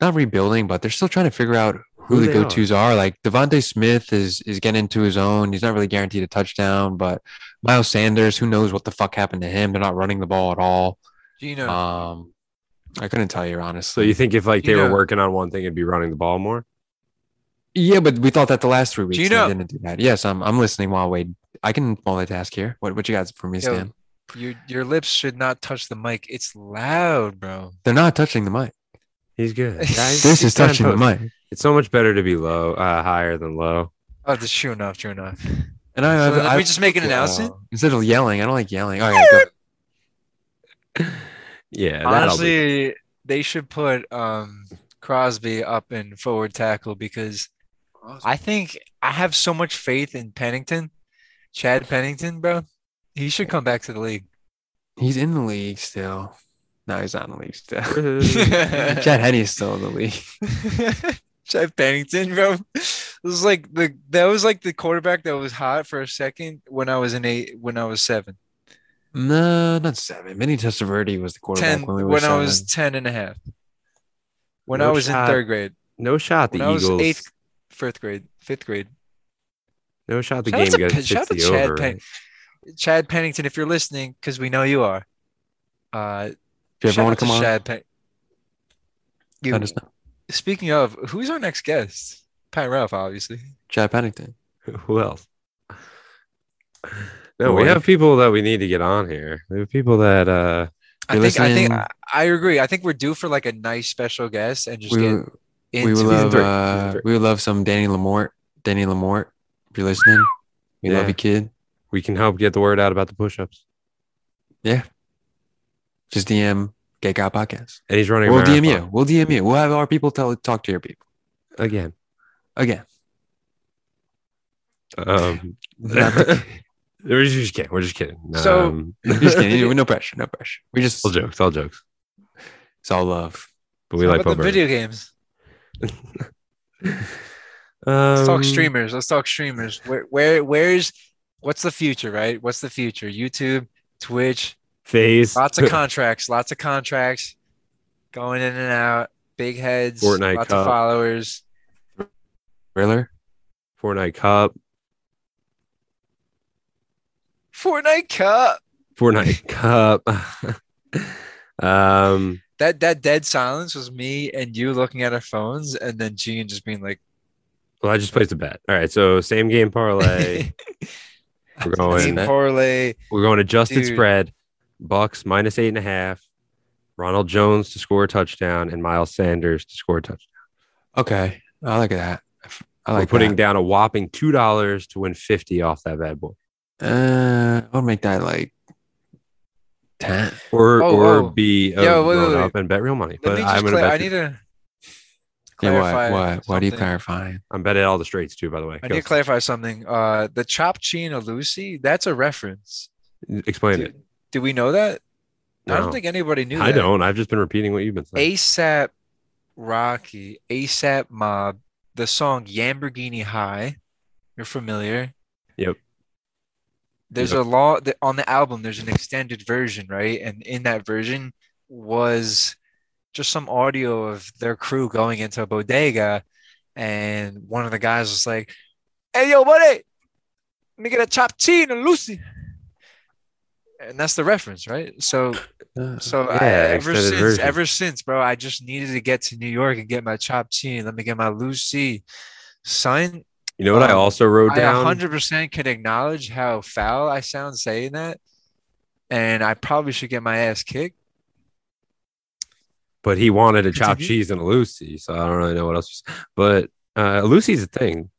S4: not rebuilding, but they're still trying to figure out who, the
S1: they are.
S4: go tos are. Like Devontae Smith is is getting into his own. He's not really guaranteed a touchdown, but Miles Sanders, who knows what the fuck happened to him? They're not running the ball at all.
S3: Do you know?
S4: Um, I couldn't tell you
S1: So
S4: honestly.
S1: you think if like
S3: You
S1: they were
S3: know-
S1: working on one thing, it'd be running the ball more?
S4: yeah, but we thought that the last three weeks.
S3: you
S4: and they
S3: know-
S4: didn't do that. Yes, I'm I'm listening while Wade. I can multitask here. What what you got for me,
S3: Yo.
S4: Stan?
S3: your your lips should not touch the mic. It's loud, bro.
S4: They're not touching the mic.
S1: He's good. (laughs) Guys,
S4: This is
S1: he's trying to
S4: touching the
S1: post-
S4: mic.
S1: It's so much better to be low, uh, higher than low.
S3: Oh, that's true enough. True
S4: (laughs)
S3: enough.
S4: And I,
S3: So
S4: I've-
S3: let
S4: I've-
S3: me just make an announcement.
S4: Wow. Instead of yelling, I don't like yelling. All right, go.
S1: Yeah, that'll be-
S3: Honestly, they should put um, Crosby up in forward tackle because I think I have so much faith in Pennington, Chad Pennington, bro. He should come back to the league.
S4: he's in the league still. No, he's not in the league still.
S3: Chad
S4: (laughs) (laughs) Chad
S3: (laughs)
S4: Henney is still in the league.
S3: Pennington, bro. This was like the that was like the quarterback that was hot for a second when I was in eight when I was seven.
S4: No, not seven. Minnie Testaverde was the quarterback
S3: Ten
S4: when we
S3: when,
S4: were
S3: I
S4: seven.
S3: was ten and a half. When I
S1: No
S3: was in
S1: shot.
S3: third grade,
S1: (laughs) no shot. The
S3: when I was
S1: Eagles.
S3: eighth- fourth grade, fifth grade.
S1: No shot. The
S3: Shout out
S1: game
S3: to
S1: got
S3: Pe- shout out to
S1: 60
S3: Chad
S1: over.
S3: Pen-
S1: right?
S3: Chad Pennington, if you're listening, because we know you are. Uh,
S4: Do you
S3: shout
S4: ever want
S3: out
S4: to come on?
S3: Chad Pen- You-
S4: Let us know.
S3: speaking of, who's our next guest? Pat Ralph, obviously.
S4: Chad Pennington.
S1: (laughs) Who else? No, we
S4: Roy.
S1: have people that we need to get on here. We have people that uh
S3: I
S4: You're
S3: think, I think I,
S4: listening?
S3: I agree. I think we're due for like a nice special guest and just
S4: We,
S3: get
S4: would-
S3: into
S4: we would
S1: season
S4: love
S1: three,
S4: uh,
S1: season three.
S4: we would love some Danny Lamort. Danny Lamort, if you're listening, we
S1: Yeah.
S4: love you, kid.
S1: we can help get the word out about the push-ups.
S4: Just DM Gay Guy Podcast.
S1: And he's running. a
S4: We'll DM
S1: marathon
S4: you. We'll DM you. We'll have our people tell talk to your people
S1: again.
S4: again.
S1: (laughs)
S3: (laughs)
S1: Um,
S4: Not
S1: (laughs) we're just kidding. We're just kidding.
S3: So-
S1: um,
S4: Just kidding. no pressure. No pressure. We just
S1: all jokes. All jokes.
S4: it's all love.
S1: But we
S3: How
S1: like
S3: about the
S1: Poe
S3: video games. Let's
S1: Um,
S3: talk streamers. Let's talk streamers. Where where where's what's the future, right? What's the future? YouTube, Twitch,
S1: phase.
S3: lots of contracts, lots of contracts going in and out, big heads,
S1: Fortnite
S3: lots
S1: Cup.
S3: of followers.
S4: Thriller.
S1: Fortnite Cup.
S3: Fortnite Cup.
S1: Fortnite (laughs) Cup. um,
S3: That that dead silence was me and you looking at our phones, and then Gene just being like,
S1: well, I just placed a bet. All right, so same game
S3: (laughs)
S1: parlay. We're
S3: Team
S1: going.
S3: parlay.
S1: We're going adjusted
S3: Dude.
S1: spread. Bucks minus eight and a half. Ronald Jones to score a touchdown and Miles Sanders to score a touchdown.
S4: Okay, I like that. I
S1: We're
S4: like
S1: putting down a whopping two dollars to win fifty off that bad boy,
S4: That. Uh, I'll make that like ten.
S1: or
S3: Oh,
S1: or
S3: oh.
S1: be a
S3: Yo, wait,
S1: grown
S3: wait,
S1: up and bet real money.
S3: Let
S1: But
S3: me just
S1: I'm gonna
S3: cla-
S1: bet.
S3: I need to
S4: Yeah,
S3: clarify.
S4: what? What? What are you
S3: something.
S4: clarifying?
S1: I'm betting all the straights too. By the way,
S3: I
S1: Go.
S3: need to clarify something. Uh, the chopped chin of Lucy, that's a reference.
S1: Explain
S3: Do,
S1: it.
S3: do we know that? I
S1: No.
S3: don't think anybody knew
S1: I
S3: that.
S1: don't. I've just been repeating what you've been saying.
S3: ASAP Rocky, ASAP Mob, the song Lamborghini High. You're familiar.
S1: Yep.
S3: There's
S1: Yep.
S3: a law that on the album, there's an extended version, right? And in that version was just some audio of their crew going into a bodega. And one of the guys was like, Hey, yo, buddy, let me get a chopped cheese and Lucy. And that's the reference, right? So
S4: Uh,
S3: so I,
S1: Yeah,
S3: ever
S1: extended
S3: since,
S1: version.
S3: ever since, bro, I just needed to get to New York and get my chopped chin. Let me get my Lucy. Son,
S1: You know what? I
S3: Um,
S1: also wrote
S3: I
S1: down.
S3: 100% can acknowledge how foul I sound saying that, and I probably should get my ass kicked.
S1: But he wanted a chopped
S3: Continue.
S1: cheese and a Lucy, so I don't really know what else. But uh, Lucy's a thing.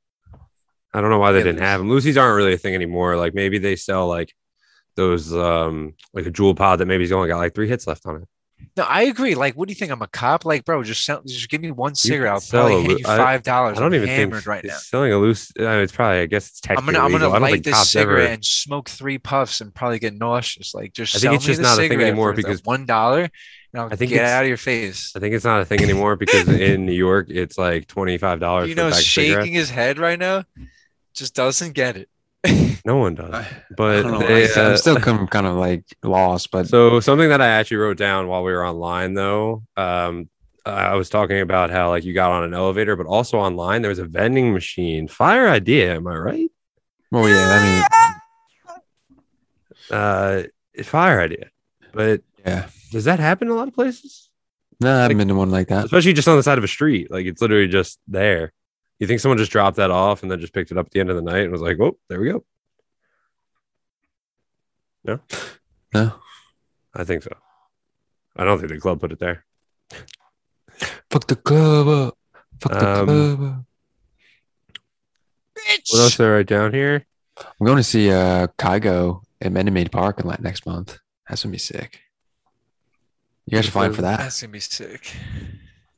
S1: I don't know why they
S3: Yeah,
S1: didn't have them. Lucy's aren't really a thing anymore. Like maybe they sell like those um like a jewel pod that maybe's only got like three hits left on it.
S3: No, I agree. Like, what do you think? I'm a cop. Like, bro, just sell, just give me one cigarette. I'll
S1: sell a
S3: probably
S1: lu-
S3: hand you
S1: I-
S3: five dollars.
S1: I don't even think
S3: hammered right
S1: it's
S3: now.
S1: selling a loose. I mean, it's probably I guess it's
S3: I'm
S1: technically
S3: gonna I'm gonna
S1: illegal. I don't
S3: light
S1: think
S3: this
S1: cops ever.
S3: cigarette and smoke three puffs and probably get nauseous. Like, just
S1: I think
S3: sell
S1: it's
S3: me
S1: just
S3: the
S1: not a thing
S3: cigarette
S1: anymore
S3: for the
S1: because-
S3: one dollar, and I'll
S1: I think
S3: get
S1: it's-
S3: out of your face.
S1: I think it's not a thing anymore because in New York it's like twenty five dollars
S3: You
S1: for a
S3: know,
S1: pack of cigarettes.
S3: shaking his head right now, just doesn't get it.
S1: No one does.
S4: I, I
S1: But
S4: don't know. why.
S1: they,
S4: I'm
S1: uh,
S4: still kind kind of like lost, but
S1: So something that I actually wrote down while we were online, though, um, I was talking about how like you got on an elevator, but also online there was a vending machine. Fire idea, am I right?
S4: well, yeah. I
S1: Uh, fire idea. But
S4: mean, yeah.
S1: does that happen in a lot of places?
S4: No, I
S1: Like-
S4: haven't been to one like that.
S1: Especially just on the side of a street, like it's literally just there. You think someone just dropped that off and then just picked it up at the end of the night and was like, "Oh, there we go." No,
S4: No.
S1: I think so. I don't think the club put it there.
S4: Fuck the club up. Fuck the
S1: Um,
S4: club up.
S1: What else did I write down here?
S4: I'm going to see uh Kygo at Mendemade Park in like next month. That's gonna be sick. You guys should fly in for that. (laughs)
S3: That's gonna be sick,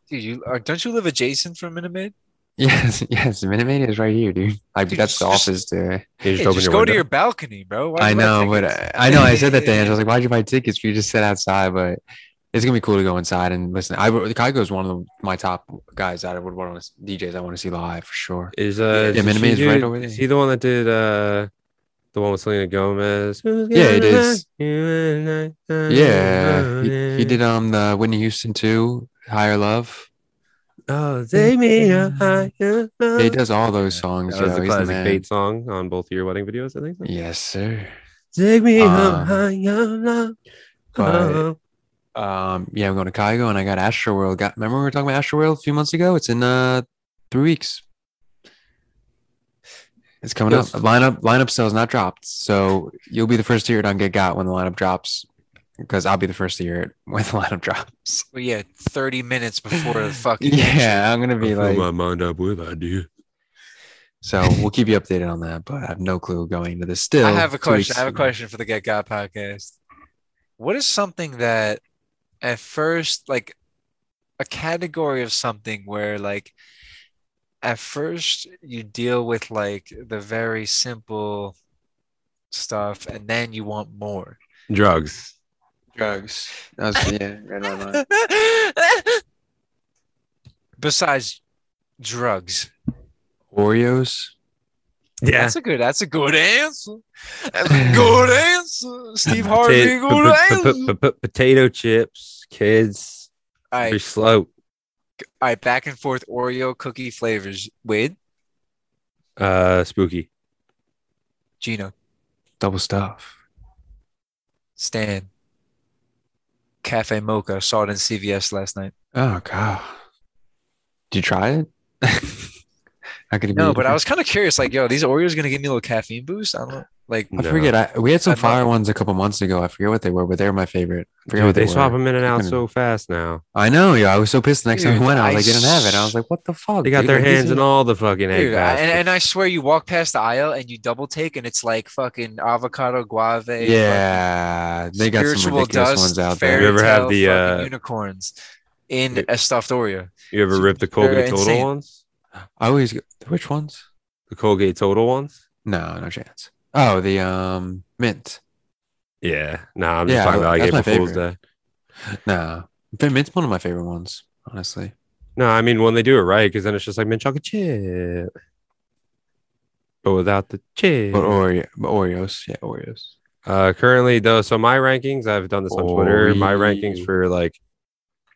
S3: dude. You uh, don't you live adjacent from Minute Maid?
S4: Yes, yes. Mendemade is right here, dude. Like
S3: Dude,
S4: that's the
S3: just-
S4: office there.
S1: You
S3: Hey,
S1: open
S3: just
S1: your
S3: go to
S1: window.
S3: your balcony, bro. Why
S4: I
S3: do you buy
S4: know, but uh,
S3: tickets?
S4: I, I know I said that to Andrew. I was like, "Why'd you buy tickets? You just sit outside." But it's gonna be cool to go inside and listen. I Kygo is one of the, my top guys that I would want to DJs I want to see live for sure.
S1: Is uh
S4: Yeah,
S1: does
S4: Minute
S1: she
S4: Maid's
S1: do-
S4: right over
S1: Is
S4: there.
S1: he the one that did uh the one with Selena Gomez?
S4: Yeah, it is. Yeah, he, he did um the Whitney Houston too, Higher Love.
S1: Oh, take me a higher
S4: Yeah, He
S1: love.
S4: does all those
S1: Yeah,
S4: songs.
S1: Uh, That was
S4: yo.
S1: the
S4: He's the
S1: classic
S4: man.
S1: Bait song on both of your wedding videos, I think.
S4: Yes, sir.
S1: Take me
S4: Uh,
S1: a higher love.
S4: but-
S1: Oh.
S4: Um, yeah, I'm going to Kygo and I got Astro World. Got remember we were talking about Astro World a few months ago? It's in uh three weeks. It's coming
S1: Yes.
S4: up. Lineup lineup sales not dropped, so you'll be the first to hear it on Get Got when the lineup drops, because I'll be the first to hear it (laughs) when the lineup drops.
S3: Well, yeah, 30 minutes before
S4: (laughs)
S3: the fucking
S4: yeah, I'm gonna
S1: I
S4: be
S1: fill
S4: like,
S1: my mind up with idea.
S4: so we'll keep you updated on that. But I have no clue going to this. Still,
S3: I have a
S4: two
S3: question.
S4: weeks
S3: I have a
S4: from now.
S3: question for the Get God podcast. What is something that at first, like a category of something where like at first you deal with like the very simple stuff and then you want more. (laughs)
S1: Drugs.
S4: Drugs. That was- yeah, right on my mind.
S3: Besides drugs.
S4: Oreos.
S1: Yeah.
S3: That's a good that's a good answer. That's a good answer. Steve Harvey,
S1: Pota-
S3: good
S1: po- po-
S3: answer.
S1: po- po- Potato chips, kids.
S3: All right,
S1: Be slow.
S3: all right, back and forth Oreo cookie flavors. Wade,
S1: Uh, spooky.
S3: Gino,
S4: Double stuff.
S3: Stan, Cafe Mocha. Saw it in CVS last night.
S4: Oh god. Did you try it? (laughs) How could it
S3: No,
S4: be
S3: but I
S4: different?
S3: was kind of curious. Like, yo, these Oreos gonna give me a little caffeine boost? I don't know. Like,
S4: I forget. I we had some
S3: I'd love-
S4: fire ones a couple months ago. I forget what they were, but they were my favorite. I forget
S1: Dude,
S4: what
S1: they
S4: they,
S1: swap
S4: were.
S1: them in and out
S4: Freaking-
S1: so fast now.
S4: I know, yo. I was so pissed the next time
S3: Dude,
S4: I went. I was
S3: I
S4: like, they didn't have it. I
S3: s-
S4: was like, what the fuck?
S1: They got
S4: Oh, dude?
S1: their
S4: Like, these
S1: hands in
S4: are-
S1: all the fucking egg
S3: dude, I, and,
S1: baskets.
S3: and I swear, you walk past the aisle and you double take, and it's like fucking avocado guave.
S4: Yeah, they got some
S3: spiritual
S4: ridiculous
S3: dust,
S4: ones out
S1: You
S4: there.
S3: fairy
S1: ever have
S3: tale
S1: the,
S3: fucking
S1: uh,
S3: unicorns in
S1: you-
S3: a stuffed Oreo?
S1: you ever
S3: so
S1: rip the
S3: they're
S1: Colgate total
S3: insane.
S1: ones?
S4: I always go- which ones?
S1: The Colgate total ones?
S4: No, no chance. Oh, the um mint.
S1: Yeah. No, I'm just
S4: Yeah,
S1: talking about like
S4: that's my
S1: April Fool's Day.
S4: No, mint's one of my favorite ones, honestly.
S1: No, I mean when they do it right, because then it's just like mint chocolate chip, but without the chip.
S4: But Oreo, but Oreos, yeah, Oreos.
S1: Uh, currently though, so my rankings, I've done this on Twitter. My rankings
S4: Oreo.
S1: for like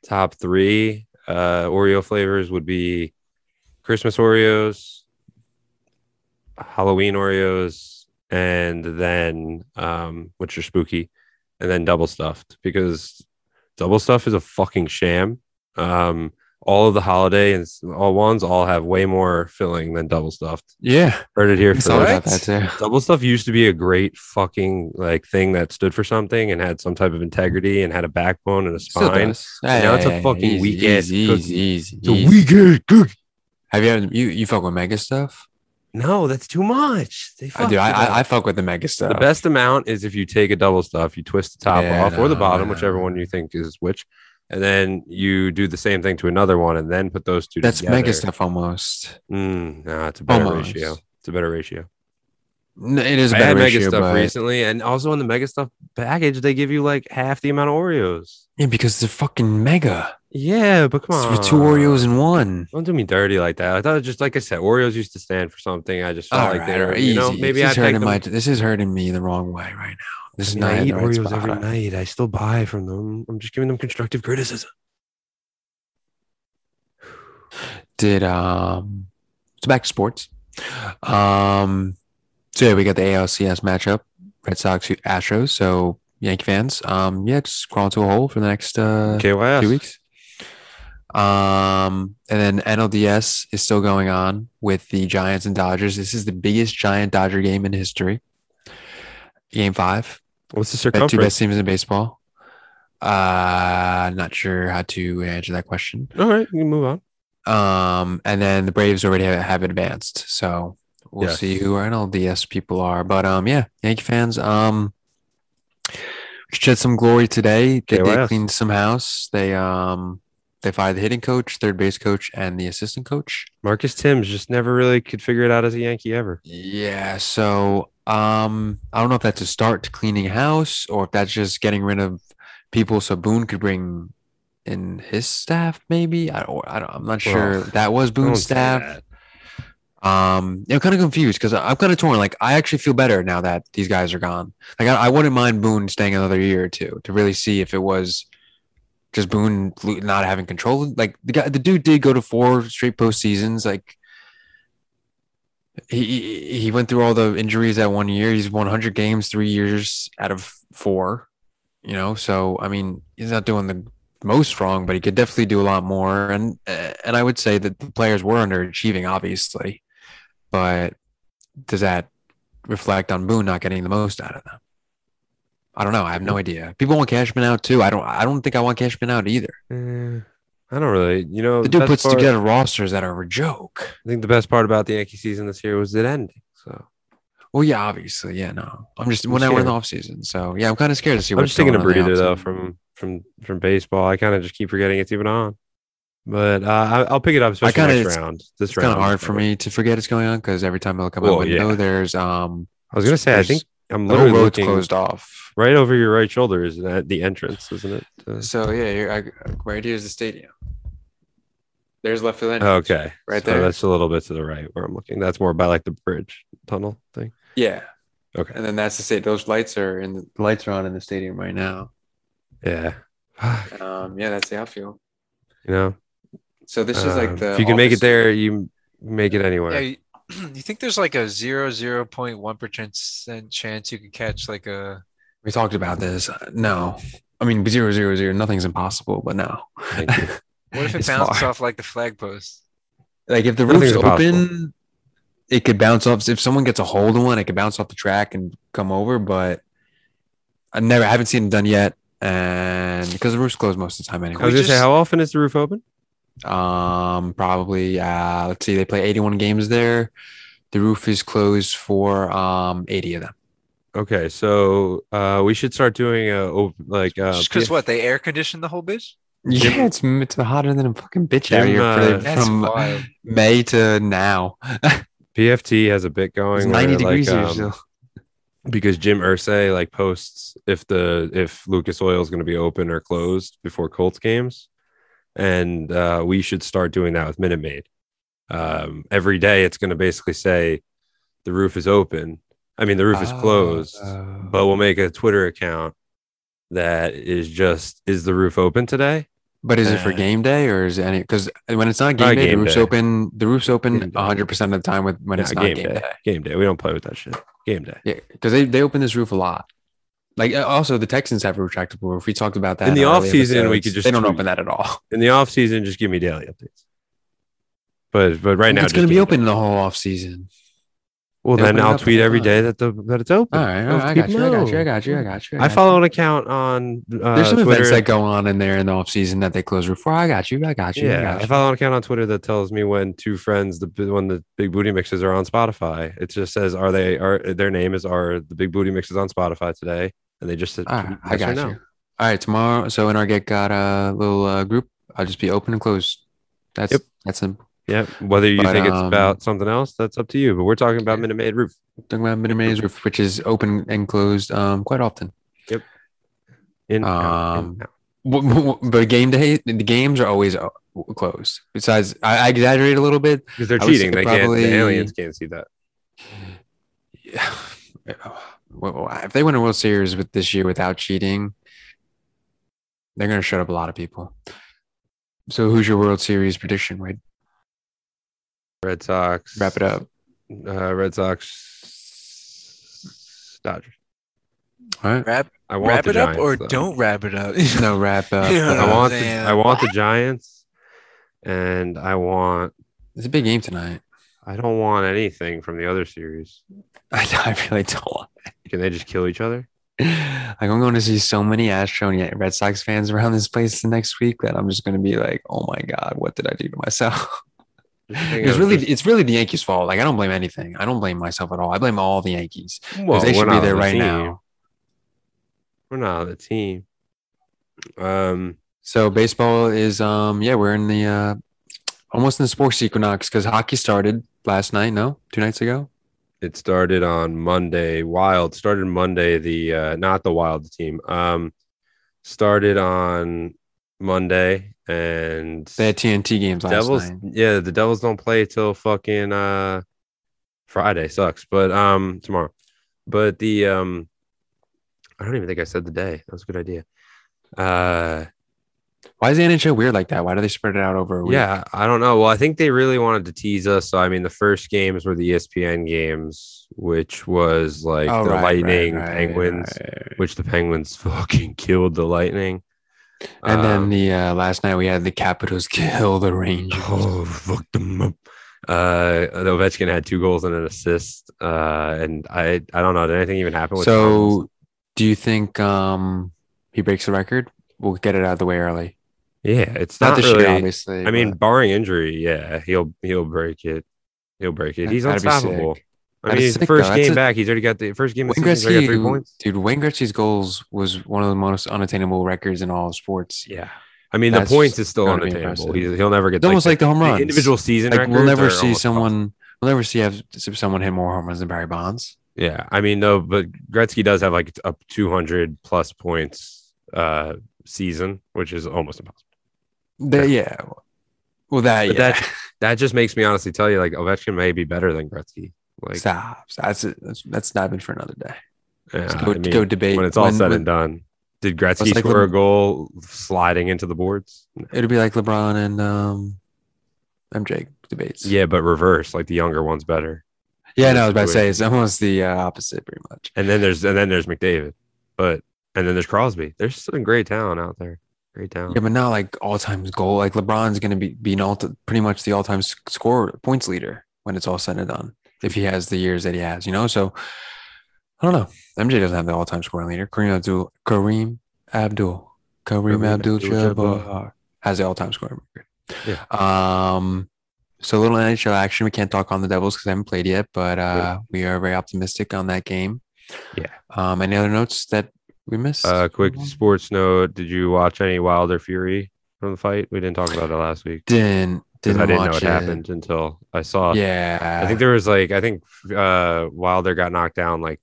S1: top three uh Oreo flavors would be Christmas Oreos, Halloween Oreos, and then um, which are spooky, and then double stuffed because double stuff is a fucking sham. Um, all of the holiday and s- all ones all have way more filling than double stuffed.
S4: Yeah,
S1: Heard it here
S4: I saw
S1: first.
S4: about that too.
S1: Double stuff used to be a great fucking like thing that stood for something and had some type of integrity and had a backbone and a
S4: Still
S1: spine.
S4: does.
S1: And now it's a
S4: Yeah,
S1: fucking
S4: easy,
S1: weak-ass
S4: easy,
S1: cookie.
S4: easy, easy,
S1: It's a
S4: easy.
S1: weak-ass cookie.
S4: Have you ever you you fuck with mega stuff?
S1: No, that's too much. They
S4: I
S1: fucked
S4: do. I,
S1: with that.
S4: I, I fuck with the mega stuff.
S1: the best amount is if you take a double stuff, you twist the top
S4: Yeah,
S1: off or the
S4: no,
S1: bottom,
S4: no.
S1: whichever one you think is which, and then you do the same thing to another one, and then put those two.
S4: That's
S1: together.
S4: mega stuff almost.
S1: Mm, nah, it's a better
S4: Almost.
S1: ratio. It's a better ratio.
S4: N- It is a
S1: I
S4: bad
S1: had
S4: ratio,
S1: mega stuff
S4: but
S1: recently, and also in the mega stuff package, they give you like half the amount of Oreos.
S4: yeah, because they're fucking mega.
S1: Yeah, but come on,
S4: It's two Oreos in one.
S1: Don't do me dirty like that. I thought it was just like I said, Oreos used to stand for something. I just felt
S4: All
S1: like
S4: right,
S1: they
S4: all
S1: were,
S4: right,
S1: you know,
S4: easy.
S1: maybe
S4: this
S1: I
S4: is hurting
S1: take them.
S4: my. This is hurting me the wrong way right now.
S1: I
S4: This is
S1: mean,
S4: not
S1: I
S4: in
S1: eat
S4: the right
S1: Oreos
S4: spot.
S1: every night. I still buy from them. I'm just giving them constructive criticism.
S4: Did um, so back to sports. Um, so yeah, we got the ALCS matchup, Red Sox Astros. So Yankee fans, um, yeah, just crawl into a hole for the next uh,
S1: KYS.
S4: two weeks. Um, and then NLDS is still going on with the Giants and Dodgers. This is the biggest Giant Dodger game in history. Game five.
S1: What's the
S4: Bet two best
S1: circumference?
S4: teams in baseball. Uh, not sure how to answer that question.
S1: All right, you can move on.
S4: Um, and then the Braves already have, have advanced, so we'll
S1: Yes.
S4: see who our NLDS people are. But um, yeah, Yankee fans, um, shed some glory today. They did
S1: KYS.
S4: clean some house. They um, they fired the hitting coach, third base coach, and the assistant coach.
S1: Marcus Timms just never really could figure it out as a Yankee ever.
S4: Yeah, so um, I don't know if that's a start to cleaning house or if that's just getting rid of people so Boone could bring in his staff, maybe. I or I don't, I'm not
S1: Well,
S4: sure. That was
S1: don't
S4: Boone's
S1: say
S4: staff. Um, yeah, I'm kind of confused because I'm kind of torn. Like, I actually feel better now that these guys are gone. Like, I, I wouldn't mind Boone staying another year or two to really see if it was just Boone lo- not having control. Like, the guy, the dude did go to four straight postseasons. Like, he he- he went through all the injuries that one year. He's won 100 games three years out of four. You know, so I mean, he's not doing the most wrong, but he could definitely do a lot more. And uh, and I would say that the players were underachieving, obviously, but does that reflect on Boone not getting the most out of them? I don't know. I have no idea. People want Cashman out too. I don't. I don't think I want Cashman out either.
S1: Eh, I don't really, you know,
S4: The dude
S1: best
S4: puts
S1: part-
S4: together rosters that are a joke.
S1: I think the best part about the Yankee season this year was it ending. So
S4: Well, yeah, obviously, yeah. No, I'm just
S1: I'm
S4: well, now we're in the
S1: scared.
S4: off season, so yeah, I'm kind of scared to see.
S1: I'm
S4: what's
S1: just taking a
S4: going on in the
S1: breather though
S4: offseason.
S1: from from from baseball. I kind of just keep forgetting it's even on. But uh, I, I'll pick it up, especially
S4: kinda-
S1: next
S4: it's-
S1: round. This
S4: It's
S1: round,
S4: kind of hard
S1: is
S4: for
S1: better.
S4: me to forget it's going on because every time I look at my
S1: Well,
S4: window,
S1: yeah.
S4: there's um,
S1: I was gonna say, I
S4: There's-
S1: think I'm
S4: the whole
S1: literally
S4: road's
S1: looking
S4: closed off.
S1: right over your right shoulder. Is that the entrance? Isn't it? Uh,
S4: So yeah, you're, I, right here's the stadium. There's left field. entrance.
S1: Okay.
S4: Right
S1: so
S4: there.
S1: That's a little bit to the right where I'm looking. That's more by like the bridge tunnel thing.
S4: Yeah.
S1: Okay.
S4: And then that's the state. Those lights are in. The, the lights are on in the stadium right now.
S1: Yeah. (sighs)
S4: Um, yeah, that's the outfield.
S1: you know,
S4: So this is
S1: um,
S4: like the.
S1: if you can make it
S4: office-
S1: there, you make it anywhere.
S3: Yeah,
S4: (clears throat)
S3: you, you think there's like a zero zero point one percent chance you could catch like a
S4: We talked about this. Uh, No, I mean zero zero zero. Nothing's impossible, but no.
S1: Thank
S4: (laughs)
S1: you. (laughs)
S3: what if it
S4: It's
S3: bounces
S4: far.
S3: off like the flag post?
S4: Like if the
S1: Nothing's
S4: roof's open, it could bounce off. If someone gets a hold of one, it could bounce off the track and come over. But I never, I haven't seen it done yet, and because the roof's closed most of the time
S1: I was
S4: anyway.
S1: gonna say,
S3: just-
S1: how often is the roof open?
S4: Um, probably. Uh, let's see, they play eighty-one games there. The roof is closed for um eighty of them.
S1: Okay, so uh, we should start doing a op- like uh,
S3: Just because
S1: PF
S3: what they air conditioned the whole bitch?
S4: Yeah, it's it's hotter than a fucking bitch out
S1: Jim,
S4: here
S1: uh,
S4: for,
S3: That's
S4: from
S3: wild.
S4: May to now.
S1: PFT has a bit
S4: It's
S1: going. where,
S4: ninety degrees
S1: like,
S4: here
S1: um,
S4: still.
S1: because Jim Ursay like posts if the if Lucas Oil is going to be open or closed before Colts games, and uh, we should start doing that with Minute Maid. Um, every day, it's going to basically say the roof is open. I mean, the roof is closed,
S4: Ah. Uh,
S1: but we'll make a Twitter account that is just is the roof open today?
S4: But is it for
S1: Uh,
S4: game day or is it any? Because when it's not
S1: Probably
S4: game day,
S1: game
S4: the roof's
S1: day.
S4: open. The roof's
S1: Game
S4: open
S1: day.
S4: one hundred percent of the time with when
S1: Nah,
S4: it's not game, day.
S1: Game day. We don't play with that shit. Game day.
S4: Yeah, because they they open this roof a lot. Like uh, also the Texans have a retractable roof. We talked about that
S1: In the
S4: our
S1: off season, we
S4: episodes.
S1: could just
S4: they don't
S1: tweet.
S4: open that
S1: (laughs)
S4: at all.
S1: In the off season, just give me daily updates. But but right now
S4: it's going to be
S1: just game day.
S4: open the whole off season.
S1: Well,
S4: Open
S1: then
S4: it
S1: I'll
S4: up
S1: tweet
S4: all
S1: every
S4: the
S1: day that the that it's open.
S4: All right, all
S1: Those
S4: right I, got
S1: people
S4: you, I got you. I
S1: know.
S4: got you. I got you.
S1: I follow an account on uh,
S4: There's some
S1: Twitter.
S4: events that go on in there in the off season that they close before. I got you. I got you. I
S1: yeah,
S4: got
S1: I
S4: you.
S1: follow an account on Twitter that tells me when two friends, the bi- when the Big Booty Mixes are on Spotify. It just says, "Are they? Are their name is are the Big Booty Mixes on Spotify today?" And they just said,
S4: All right, I
S1: yes or
S4: got
S1: no.
S4: you. All right, tomorrow. So in our get got a little uh, group. I'll just be open and closed. That's
S1: Yep.
S4: that's simple.
S1: Yeah, whether you
S4: But,
S1: think it's
S4: um,
S1: about something else, that's up to you. But we're talking about
S4: yeah.
S1: Minute Maid Roof.
S4: Talking about Minute Maid's roof, which is open and closed um quite often.
S1: In, out, in,
S4: Um,
S1: out.
S4: W- w- w- But game day, the games are always uh, closed. Besides, I, I exaggerate a little bit. (sighs)
S1: because they're
S4: I would
S1: cheating.
S4: say
S1: They can't.
S4: probably-
S1: The aliens can't see that.
S4: Yeah. Well, If they win a World Series with this year without cheating, they're going to shut up a lot of people. So, who's your World Series prediction? Wade?
S1: Red Sox.
S4: Wrap it up.
S1: Uh, Red Sox. Dodgers.
S4: All right.
S3: Wrap,
S1: I want
S3: wrap
S1: the
S3: it up
S1: Giants,
S3: or
S1: though.
S3: don't wrap it up. (laughs)
S4: No wrap up.
S3: Yeah.
S1: I
S3: Oh,
S1: want. The,
S3: damn.
S1: I want the Giants, and I want.
S4: It's a big game tonight. (laughs)
S1: I don't want anything from the other series.
S4: I, I really don't want.
S1: Can they just kill each other?
S4: (laughs) Like, I'm going to see so many Astro and yet Red Sox fans around this place the next week that I'm just going to be like, oh my God, what did I do to myself? (laughs)
S1: Just think
S4: It's
S1: of
S4: really,
S1: just-
S4: it's really the Yankees' fault. Like, I don't blame anything. I don't blame myself at all. I blame all the Yankees. 'Cause
S1: Well,
S4: they
S1: we're
S4: should be
S1: not
S4: there
S1: the
S4: right
S1: team.
S4: now.
S1: We're not the team. Um,
S4: So baseball is um yeah, we're in the uh almost in the sports equinox because hockey started last night, no? Two nights ago.
S1: it started on Monday. Wild started Monday. The uh, not the Wild team. Um, started on Monday and
S4: They had TNT games last
S1: Devils.
S4: night.
S1: Yeah, the Devils don't play till fucking uh, Friday. Sucks, but um, tomorrow. But the um, I don't even think I said the day. That was a good idea. Uh.
S4: Why is the NHL weird like that? Why do they spread it out over a week?
S1: Yeah, I don't know. Well, I think they really wanted to tease us. So I mean, the first games were the E ESPN games, which was like
S4: Oh,
S1: the
S4: right, right,
S1: Lightning
S4: right,
S1: Penguins,
S4: right.
S1: which the Penguins (laughs) fucking killed the Lightning. Um,
S4: And then the uh last night we had the Capitals (laughs) kill the Rangers.
S1: oh fuck them up. Uh, Ovechkin had two goals and an assist. Uh, and I I don't know. Did anything even happen with the Penguins?
S4: so do you think um he breaks the record? We'll get it out of the way early.
S1: yeah, it's
S4: Not,
S1: not,
S4: this
S1: really.
S4: year, obviously.
S1: I mean,
S4: but
S1: barring injury, yeah, he'll he'll break it. He'll break it.
S4: That-
S1: He's
S4: that'd be sick.
S1: unstoppable. I
S4: That'd
S1: mean,
S4: be
S1: his
S4: sick,
S1: first
S4: though. That's
S1: game
S4: a-
S1: back, he's already got the first game. Of the
S4: Wayne
S1: season, he's already got three
S4: Gretzky,
S1: points.
S4: dude, Wayne Gretzky's goals was one of the most unattainable records in all of sports.
S1: Yeah, I mean,
S4: That's
S1: the points is still
S4: gotta be
S1: unattainable.
S4: impressive.
S1: He's, he'll never get.
S4: It's almost like the home
S1: the
S4: runs.
S1: individual season.
S4: like we'll
S1: records
S4: never
S1: are
S4: see
S1: almost
S4: someone. We'll never see have see someone hit more home runs than Barry Bonds.
S1: possible. Yeah, I mean, no, but Gretzky does have like up two hundred plus points uh season, which is almost impossible.
S4: That, yeah. Well, that
S1: But
S4: yeah. (laughs)
S1: that's- That just makes me honestly tell you, like Ovechkin may be better than Gretzky. Like,
S4: stop. stop. That's it. That's, that's diving for another day.
S1: yeah,
S4: Let's
S1: I
S4: go,
S1: mean,
S4: go debate
S1: when it's all said
S4: when-
S1: and done. Did Gretzky
S4: like
S1: score
S4: Lem-
S1: a goal sliding into the boards?
S4: It'll be like LeBron and um, MJ debates.
S1: Yeah, but reverse, like the younger one's better.
S4: yeah. No, I was about to say it's almost the uh, opposite, pretty much.
S1: And then there's and then there's McDavid, but and then there's Crosby. There's some great talent out there. Great talent.
S4: Yeah, but not like all time goal. Like LeBron's going to be be an all pretty much the all time score points leader when it's all said and done. If he has the years that he has, you know. So I don't know. MJ doesn't have the all time scoring leader. Kareem Abdul Kareem Abdul Kareem
S1: Kareem
S4: Abdul Jabbar
S1: Abdul-Jabbar.
S4: has the all time scoring record. Yeah. Um. So a little NHL action. We can't talk on the Devils because I haven't played yet, but uh, we are very optimistic on that game.
S1: Yeah.
S4: Um. Any other notes that we missed?
S1: Uh, quick sports note: Did you watch any Wilder Fury from the fight? We didn't talk about it last week
S4: Didn't
S1: because
S4: didn't,
S1: I didn't
S4: watch
S1: know it,
S4: it
S1: happened until I
S4: Uh,
S1: saw.
S4: Yeah.
S1: I think there was like I think uh, Wilder got knocked down like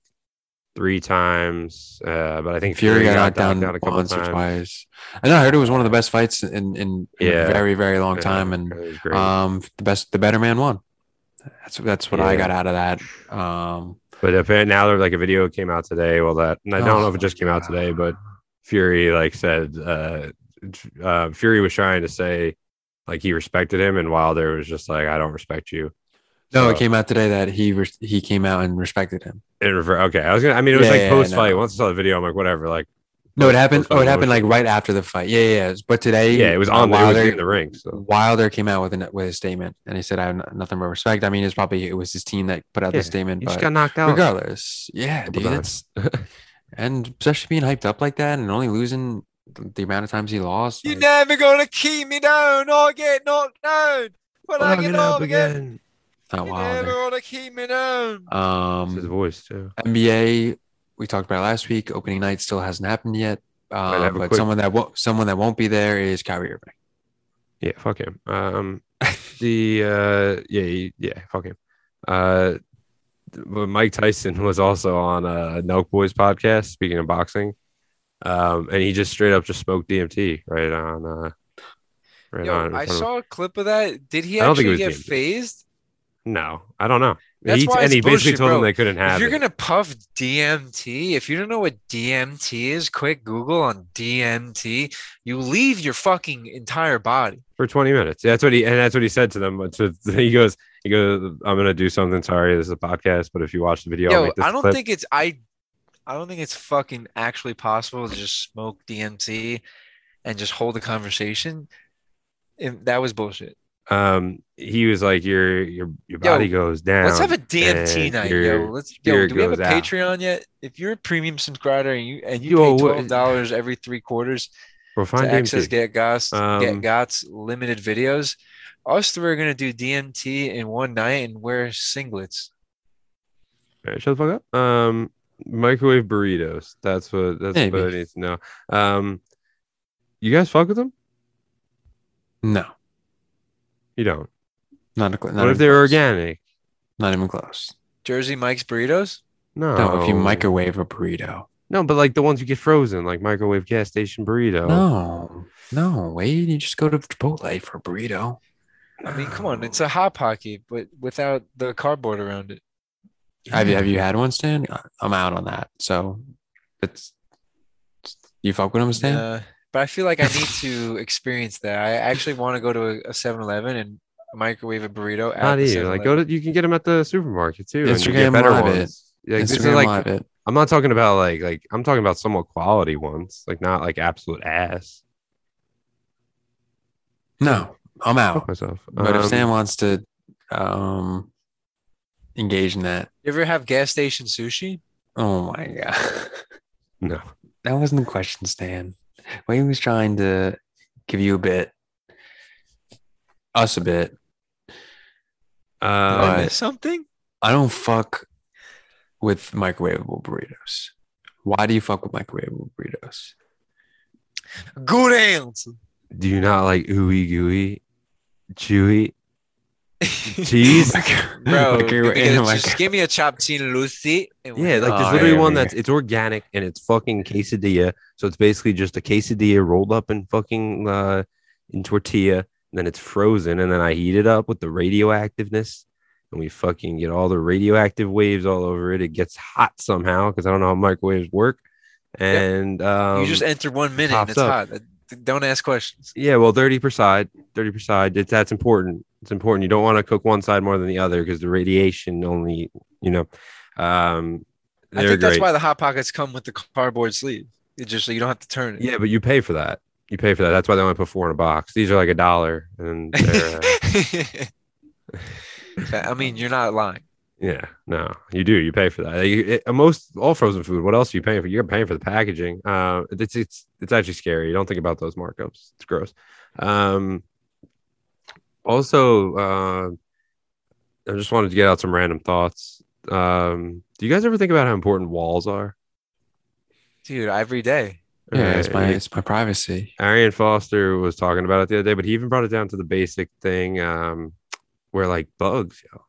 S1: three times, uh, but I think
S4: Fury got knocked down,
S1: a couple
S4: once
S1: times.
S4: or twice. I know I heard it was one of the best fights in in, in
S1: Yeah.
S4: a very very long
S1: Yeah,
S4: time, and
S1: it was great.
S4: um the best the better man won. That's that's what I
S1: Yeah.
S4: got out of that. Um,
S1: But apparently now there's like a video came out today. Well, that and I don't
S4: Oh,
S1: know if it just came out today, but Fury like said uh, uh, Fury was trying to say like he respected him, and Wilder was just like I don't respect you.
S4: no, it
S1: So-
S4: came out today that he re- he came out and respected him.
S1: It refer- okay, I was gonna. I mean, it was
S4: Yeah,
S1: like
S4: yeah,
S1: post fight.
S4: no.
S1: Once I saw the video, I'm like whatever. Like
S4: No, it happened.
S1: Both
S4: Oh,
S1: on
S4: it happened like
S1: emotional.
S4: right after the fight. Yeah, yeah. yeah. But today,
S1: yeah, it was
S4: uh,
S1: on. It was
S4: Wilder,
S1: in the ring. So
S4: Wilder came out with a with a statement, and he said, "I have n- nothing but respect." I mean, it's probably it was his team that put out
S1: Yeah,
S4: the statement,
S1: he just
S4: but
S1: got knocked out.
S4: regardless, yeah,
S1: Couple
S4: dude, that's
S3: (laughs)
S4: and especially being hyped up like that and only losing th- the amount of times he lost.
S3: You're
S4: like-
S3: never gonna keep me down. I get knocked down, but I get up again.
S4: it's not
S3: You're
S4: Wilder.
S3: never
S1: eh?
S3: gonna keep me down.
S1: Uh, It's his
S4: Um,
S1: voice too.
S4: NBA, we talked about it last week. Opening night still hasn't happened yet.
S1: that
S4: Uh,
S1: real
S4: but
S1: quick.
S4: someone that won't someone that won't be there is Kyrie Irving.
S1: Yeah, fuck him. (laughs) Um, the uh, yeah, he- yeah, fuck him. Uh, th- but Mike Tyson was also on uh, Nelk Boys podcast speaking of boxing, um, and he just straight up just smoked DMT right on, uh, right on.
S3: Yo,
S1: in
S3: I
S1: front of-
S3: saw a clip of that. Did he
S1: I don't think it
S3: actually get
S1: was
S3: phased?
S1: No, I don't know.
S3: That's
S1: he,
S3: why
S1: and
S3: it's
S1: he basically
S3: bullshit,
S1: told them
S3: bro.
S1: they couldn't have.
S3: If you're
S1: it.
S3: gonna puff DMT, if you don't know what DMT is, quick Google on DMT. You leave your fucking entire body.
S1: for 20 minutes. That's what he and that's what he said to them. But to, (laughs) he goes, he goes, I'm gonna do something. Sorry, this is a podcast, but if you watch the video, I'll
S3: Yo,
S1: make this
S3: I don't
S1: clip."
S3: think it's I. I don't think it's fucking actually possible to just smoke DMT and just hold a conversation. And that was bullshit.
S1: um he was like, your your your body goes down.
S3: Let's have a DMT
S1: and
S3: night,
S1: your
S3: yo. Let's yo,
S1: spirit
S3: do we have a
S1: goes out.
S3: Patreon yet? If you're a premium subscriber and you and
S1: Yo,
S3: you pay
S1: what-
S3: twelve dollars every three quarters
S1: We'll
S3: to
S1: find
S3: access
S1: DMT.
S3: Get Gots,
S1: Um,
S3: Get Gots limited videos, us three are gonna do DMT in one night and wear singlets.
S1: All right, shut the fuck up. Um, microwave burritos. That's what that's
S4: Maybe.
S1: what I need to know. Um, you guys fuck with them?
S4: No,
S1: You don't.
S4: not a, cl-
S1: what
S4: not even
S1: if they're
S4: close.
S1: organic?
S4: Not even close.
S3: Jersey Mike's burritos.
S1: No.
S4: No, if
S3: Oh.
S4: you microwave a burrito.
S1: No, but like the ones you get frozen, like microwave gas station
S3: Oh.
S1: burrito.
S4: No, no, Wade. You just go to Chipotle for a burrito.
S3: I mean, come on, it's a hot pocket, but without the cardboard around it.
S4: Have you have you had one, Stan? I- I'm out on that. So it's you fuck with him, Stan.
S3: Nah, but I feel like I need to experience that. I actually want to go to a, a 7-Eleven and microwave a burrito. at
S1: Not
S3: the
S1: either. Like, go to you can get them at the supermarket too. and you
S4: Instagram
S1: get better
S4: Live it.
S1: ones. Like, this is
S4: Instagram
S1: like
S4: live it.
S1: I'm not talking about like like I'm talking about somewhat quality ones, like not like absolute ass.
S4: No, I'm
S1: Fuck
S4: out.
S1: myself.
S4: But if
S1: Um,
S4: Stan wants to um engage in that,
S3: You ever have gas station sushi?
S4: oh my god, (laughs)
S1: no,
S4: that wasn't the question, Stan. Wade was trying to give you a bit, us a bit.
S3: Did I
S1: uh,
S3: miss something?
S4: I don't fuck with microwavable burritos. Why do you fuck with microwavable burritos?
S3: Good answer.
S1: do you not like ooey gooey, chewy cheese?
S3: (laughs) Bro,
S1: (laughs)
S4: (laughs) Like,
S3: you
S4: you're
S3: could get
S4: in
S3: a-
S4: my
S3: just give me a chopped teen Lucy. and we-
S1: yeah, like
S4: Oh,
S1: there's literally
S4: yeah,
S1: one
S4: yeah.
S1: that's it's organic and it's fucking quesadilla. So it's basically just a quesadilla rolled up in fucking uh, in tortilla, and then it's frozen, and then I heat it up with the radioactiveness, and we fucking get all the radioactive waves all over it. It gets hot somehow because I don't know how microwaves work, and um,
S3: you just enter one minute and
S1: pops
S3: it's
S1: up.
S3: hot. Uh, Don't ask questions.
S1: yeah, well, thirty per side, thirty per side. It, that's important. It's important. You don't want to cook one side more than the other because the radiation only, you know. Um,
S3: I
S1: they're
S3: think that's
S1: great.
S3: why the hot pockets come with the cardboard sleeve. It just so you don't have to turn it.
S1: Yeah,
S3: (laughs)
S1: but you pay for that. You pay for that. That's why they only put four in a box. These are like a dollar, and they're,
S4: (laughs)
S1: uh,
S3: (laughs) I mean, you're not lying.
S1: yeah, no, you do. You pay for that. You, it, uh, most all frozen food. What else are you paying for? You're paying for the packaging. Uh, it's it's it's actually scary. You don't think about those markups. It's gross. Um, also, uh, I just wanted to get out some random thoughts. Um, do you guys ever think about how important walls are?
S3: Dude, every day.
S4: Yeah, it's
S1: Uh,
S4: my
S1: like-
S4: it's my privacy.
S1: Arian Foster was talking about it the other day, but he even brought it down to the basic thing um, where like bugs, yo.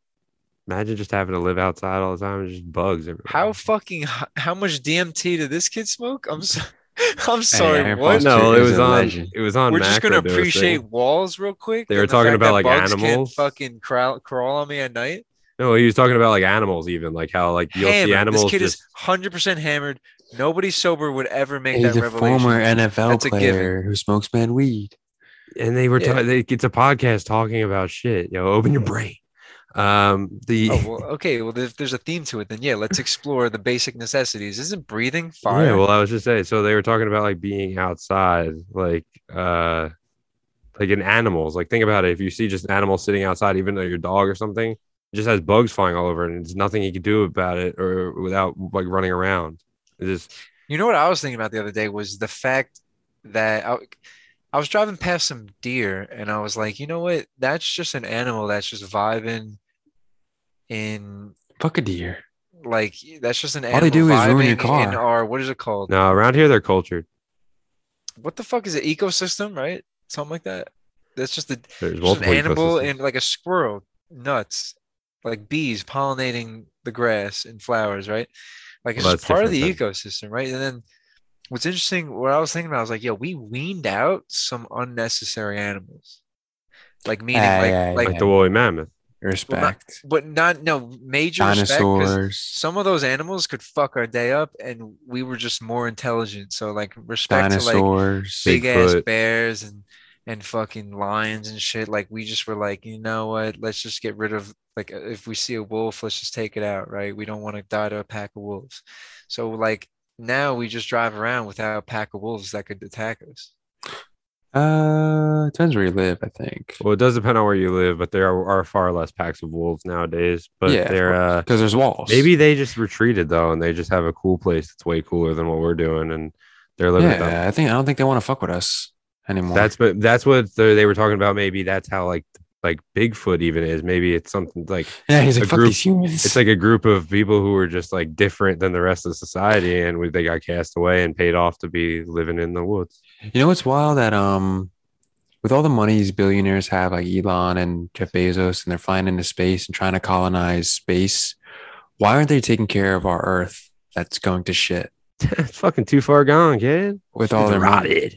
S1: Imagine just having to live outside all the time and just bugs everywhere.
S3: How fucking h- how much DMT did this kid smoke? I'm so, (laughs) I'm sorry.
S4: Aaron
S3: what?
S4: Foster
S1: No, it
S4: is
S1: was
S4: a
S1: on.
S4: legend.
S1: It was on.
S3: We're just gonna
S1: Macrodosing.
S3: appreciate walls real quick.
S1: They were
S3: and the
S1: talking
S3: fact
S1: about,
S3: that
S1: like,
S3: bugs can't
S1: animals.
S3: fucking crawl, crawl on me at night.
S1: No, he was talking about like animals, even like how like you'll
S3: Hammered.
S1: see animals.
S3: this kid
S1: just,
S3: is hundred percent hammered. Nobody sober would ever make
S4: He's
S3: that
S4: a
S3: revelation.
S4: former NFL
S3: That's a given.
S4: player who smokes man weed.
S1: and they were.
S3: Yeah.
S1: Ta- they, it's a podcast talking about shit. Yo, open your brain. Um, the
S3: Oh well, okay. Well, if there's a theme to it, then yeah, let's explore the basic necessities. Isn't breathing fire?
S1: Yeah, well, I was just saying. So they were talking about like being outside, like uh, like in animals. Like think about it. If you see just an animal sitting outside, even though your dog or something, it just has bugs flying all over, it, and there's nothing you can do about it or without like running around. It just
S3: You know what I was thinking about the other day was the fact that I, I was driving past some deer and I was like, you know what? That's just an animal that's just vibing in
S4: Fuck a deer.
S3: like that's just an
S4: All
S3: animal
S4: they do is ruin your
S3: vibing in
S4: car.
S3: our what is it called?
S1: no around here they're cultured.
S3: What the fuck is it? Ecosystem, right? Something like that. That's just the
S1: There's
S3: just an
S1: multiple
S3: animal
S1: ecosystems.
S3: and like a squirrel, nuts, like bees pollinating the grass and flowers, right? Like it's
S1: Well,
S3: just
S1: that's
S3: part of the
S1: different
S3: ecosystem, right? And then what's interesting, what I was thinking about, I was like, yeah, we weaned out some unnecessary animals, like meaning
S4: Aye,
S3: like
S4: aye,
S3: like,
S1: like the woolly mammoth.
S4: Respect.
S3: but not no major respect 'cause
S4: Dinosaurs.
S3: Some of those animals could fuck our day up, and we were just more intelligent. So like respect to like
S4: Dinosaurs.
S1: Big-
S3: big ass
S1: Bigfoot.
S3: bears and and fucking lions and shit. Like we just were like, you know what? Let's just get rid of like uh, if we see a wolf, let's just take it out, right? We don't want to die to a pack of wolves. So like now we just drive around without a pack of wolves that could attack us.
S4: uh, it depends where you live, I think.
S1: Well, it does depend on where you live, but there are, are far less packs of wolves nowadays. But
S4: Yeah, of
S1: they're
S4: course.
S1: uh,
S4: Because there's walls.
S1: Maybe they just retreated though, and they just have a cool place that's way cooler than what we're doing, and they're living. with
S4: Yeah,
S1: them.
S4: I think I don't think they want to fuck with us anymore.
S1: That's but that's what the, they were talking about. Maybe that's how like like Bigfoot even is. Maybe it's something like
S4: (laughs) yeah. He's like
S1: a
S4: fuck
S1: group-
S4: these humans.
S1: it's like a group of people who were just like different than the rest of society, and we, they got cast away and paid off to be living in the woods. (laughs)
S4: You know what's wild that um with all the money these billionaires have, like Elon and Jeff Bezos, and they're flying into space and trying to colonize space, why aren't they taking care of our Earth that's going to shit
S1: it's fucking too far gone, kid.
S4: with all
S1: It's
S4: their money?
S1: rotted.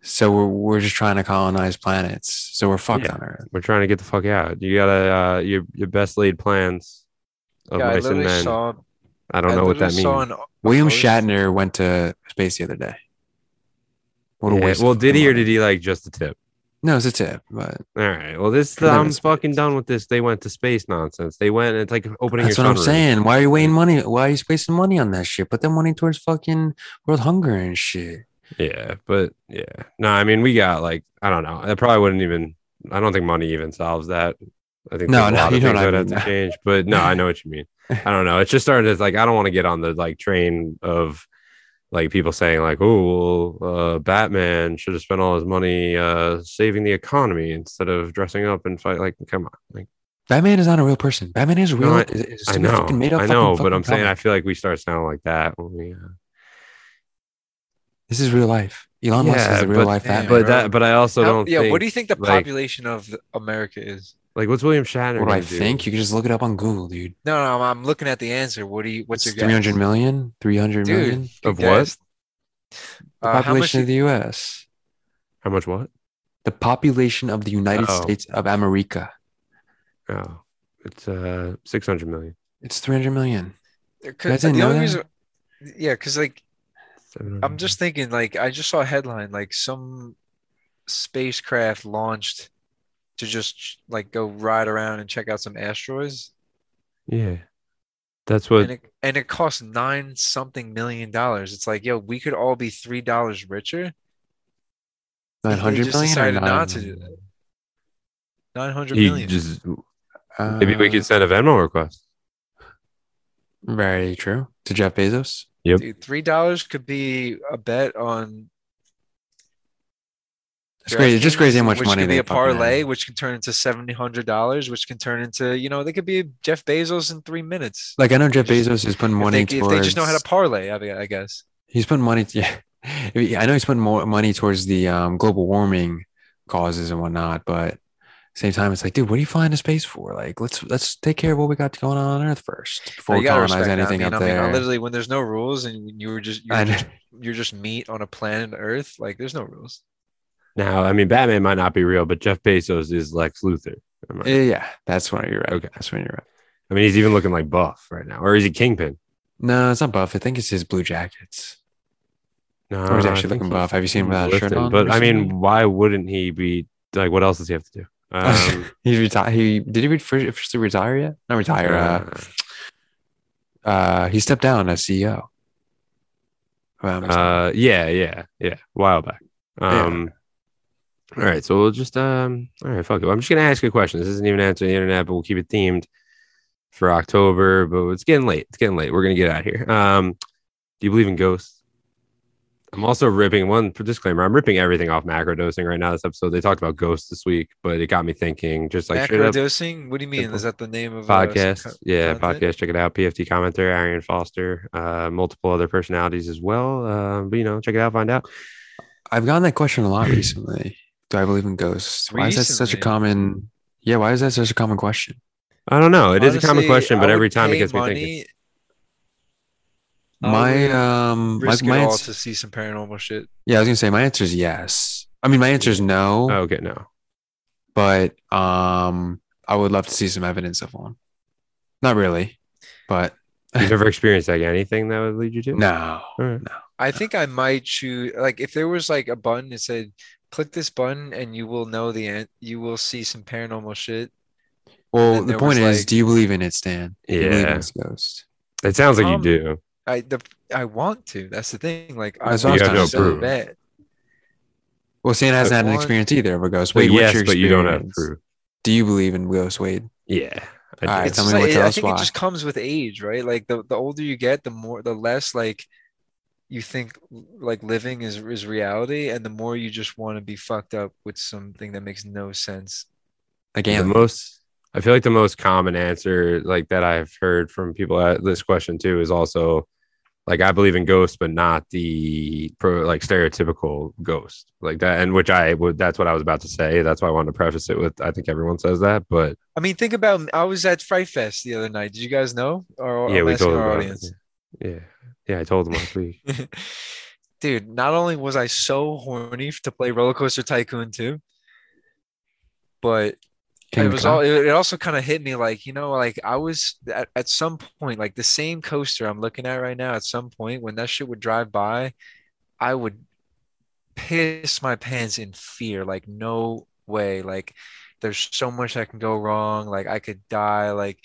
S4: So we're we're just trying to colonize planets. So we're fucked
S1: Yeah.
S4: on Earth.
S1: We're trying to get the fuck out. You gotta uh, your your best laid plans of
S3: Yeah, I
S1: mice and
S3: literally
S1: men.
S3: saw.
S1: I don't know what that
S3: literally
S1: means.
S3: saw an-
S4: William
S3: post-
S4: Shatner went to space the other day. What a
S1: Yeah,
S4: waste of
S1: well, did he or
S4: money.
S1: did he like just the tip?
S4: No, it's a tip, but
S1: All right. Well, this
S4: Could have
S1: I'm
S4: been
S1: fucking
S4: space.
S1: done with this. They went to space nonsense. They went. It's like opening.
S4: That's
S1: your
S4: what I'm
S1: sunroom.
S4: saying. Why are you weighing money? Why are you spacing money on that shit? Put that money towards fucking world hunger and shit.
S1: Yeah, but yeah. No, I mean we got like I don't know. I probably wouldn't even. I don't think money even solves that. I think
S4: No,
S1: there's a
S4: no,
S1: lot
S4: you
S1: of
S4: know
S1: things
S4: what I
S1: that have
S4: mean, (laughs)
S1: to
S4: no.
S1: change. But no, I know what you mean. I don't know. It's just starting to like I don't want to get on the like train of like people saying like, oh, well, uh, Batman should have spent all his money uh, saving the economy instead of dressing up and fight. Like, come on, like.
S4: Batman is not a real person. Batman is real.
S1: No, I-
S4: is, is
S1: I
S4: stupid
S1: know,
S4: fucking made up
S1: I
S4: fucking-
S1: know, but
S4: fucking
S1: I'm saying I
S4: comic.
S1: feel like we start sounding like that when we. Uh,
S4: this is real life. Elon Musk
S1: Yeah,
S4: is the real life
S1: but
S3: Yeah, bro.
S4: Batman.
S1: that, but I also
S3: How-
S1: don't.
S3: yeah, what do you
S1: think-
S3: think the
S1: like-
S3: population of the- America is?
S1: like? What's William Shatner?
S4: what do I
S1: gonna do?
S4: think? You can just look it up on Google, dude.
S3: No, no, I'm, I'm looking at the answer. What do you? What's
S4: It's
S3: your guess?
S4: 300 million? 300
S3: Dude,
S4: million?
S1: Of
S3: Yeah,
S1: what?
S3: it's-
S4: The
S3: Uh, how much
S4: population
S3: you-
S4: of the US.
S1: How much? What?
S4: The population of the United
S1: Uh-oh.
S4: States of America.
S1: Oh, it's uh six hundred million.
S4: It's 300 million.
S3: 'Cause
S4: guys didn't
S3: the
S4: know
S3: only
S4: that?
S3: reason, yeah, because like
S1: 700
S3: I'm just thinking, like I just saw a headline, like some spacecraft launched to just like go ride around and check out some asteroids,
S1: Yeah, that's what.
S3: and it and it costs nine something million dollars. It's like, yo, we could all be three dollars richer.
S4: 900
S3: just
S4: million? or
S3: decided not to
S4: 9
S3: do that. Nine hundred
S1: He
S3: million.
S1: just
S4: Uh,
S1: maybe we could send a Venmo request.
S4: Very true. To Jeff Bezos.
S3: Dude, three dollars could be a bet on.
S4: It's crazy. It's just
S3: DraftKings,
S4: crazy how much
S3: which
S4: money
S3: could be
S4: they
S3: a
S4: fucking have.
S3: parlay, which can turn into seventy hundred dollars, which can turn into you know they could be Jeff Bezos in three minutes.
S4: Like I know Jeff
S3: Just-
S4: Bezos is putting
S3: If
S4: money
S3: they, if
S4: towards
S3: they just know how to parlay, I, mean, I guess.
S4: He's putting money. (laughs) Yeah, I know he's putting more money towards the um, global warming causes and whatnot, but at the same time, it's like, dude, what are you flying to space for? Like, let's let's take care of what we got going on on Earth first before
S3: You
S4: we
S3: gotta respect
S4: colonize
S3: that.
S4: anything
S3: I mean,
S4: up
S3: I mean,
S4: there.
S3: I literally, when there's no rules and you were just you're,
S4: I know.
S3: just you're just meat on a planet Earth, like there's no rules.
S1: Now, I mean, Batman might not be real, but Jeff Bezos is Lex Luthor. Am I-
S4: Yeah, yeah, that's when you're right.
S1: Okay.
S4: that's when you're right.
S1: I mean, he's even looking like Buff right now, or is he Kingpin?
S4: No, it's not buff. I think it's his blue jackets.
S1: No,
S4: Or he's
S1: Uh, I
S4: actually
S1: think
S4: looking
S1: so.
S4: buff. Have you seen him without a shirt
S1: Listen,
S4: on?
S1: But I
S4: recently? (laughs)
S1: mean, why wouldn't he be like? What else does he have to do? Um,
S4: He retired. He did he re- first- officially retire yet? Not retire. Uh, uh, he stepped down as CEO. Around this time.
S1: Uh, yeah, yeah, yeah. A while back.
S4: Yeah.
S1: Um, all right. So we'll just um. All right. Fuck it. I'm just gonna ask you a question. This isn't even answering the internet, but we'll keep it themed for October. But it's getting late. It's getting late. We're gonna get out of here. Um, do you believe in ghosts? I'm also ripping one for disclaimer. I'm ripping everything off macro dosing right now. This episode they talked about ghosts this week, but it got me thinking. Just like straight
S3: Macro
S1: up
S3: dosing? What do you mean?
S1: Simple.
S3: Is that the name of uh, some
S1: podcast.
S3: co-
S1: yeah,
S3: content?
S1: podcast. Check it out. PFT commenter, Arian Foster, uh, multiple other personalities as well. Uh, but you know, check it out, find out.
S4: I've gotten that question
S1: (clears throat)
S4: a lot recently. Do I believe in ghosts? Why is that such a
S3: Recently?
S4: common? Yeah, why is that such a common question?
S1: I don't know. It is a common
S3: Honestly,
S1: question, but
S3: I
S1: every
S3: would
S1: time it
S3: pay
S1: gets me thinking.
S3: money, I
S1: Oh,
S4: my
S3: would
S4: um, my,
S3: risk
S4: my
S3: it all
S4: ans-
S3: to see some paranormal shit.
S4: yeah, I was gonna say my answer is yes. I mean, my answer is no,
S1: Oh, okay,
S3: (laughs)
S1: no.
S4: but um, I would love to see some evidence of one. Not really, but
S1: You've never experienced like anything that would lead you to?
S4: no.
S1: All right.
S3: I think I might choose like if there was like a button that said click this button and you will know the an- you will see some paranormal shit.
S4: Well,
S3: then
S4: the
S3: there
S4: point
S3: was,
S4: is,
S3: like-
S4: do you believe in it, Stan? Do you believe in
S1: Yeah.
S4: its ghost?
S1: It sounds like
S3: Um,
S1: you do.
S3: I the I want to. That's the thing. Like I
S4: That's
S3: want
S4: what I
S3: to
S4: was
S1: trying to say.
S3: so bad.
S4: Well, Stan hasn't had an
S3: one-
S4: experience either of a ghost.
S1: So
S4: Wade, what's
S1: yes,
S4: your
S1: but you don't have
S4: experience?
S1: proof.
S4: Do you believe in ghosts, Wade?
S1: Yeah. I
S4: All right,
S1: do.
S3: It's
S4: tell me
S3: just
S4: what-
S3: like-
S4: tell
S3: I
S4: us
S3: think
S4: why.
S3: it just comes with age, right? Like the, the older you get, the more the less like you think like living is is reality, and the more you just want to be fucked up with something that makes no sense.
S4: Again,
S1: The most I feel like the most common answer like that I've heard from people at this question too is also like I believe in ghosts, but not the pro like stereotypical ghost like that. And which I would that's what I was about to say. That's why I wanted to preface it with I think everyone says that, but
S3: I mean, think about I was at Fright Fest the other night. Did you guys know? Or
S1: yeah,
S3: I'm
S1: we
S3: asking
S1: told them.
S3: our
S1: about it.
S3: audience.
S1: Yeah. Yeah, I told them last week.
S3: (laughs) Dude, not only was I so horny f- to play Roller Coaster Tycoon 2, but
S4: King
S3: it
S4: of
S3: was
S4: the
S3: all it it also kind of hit me like, you know, like I was at, at some point, like the same coaster I'm looking at right now, at some point when that shit would drive by, I would piss my pants in fear. Like, no way. Like, there's so much that can go wrong. Like, I could die. Like,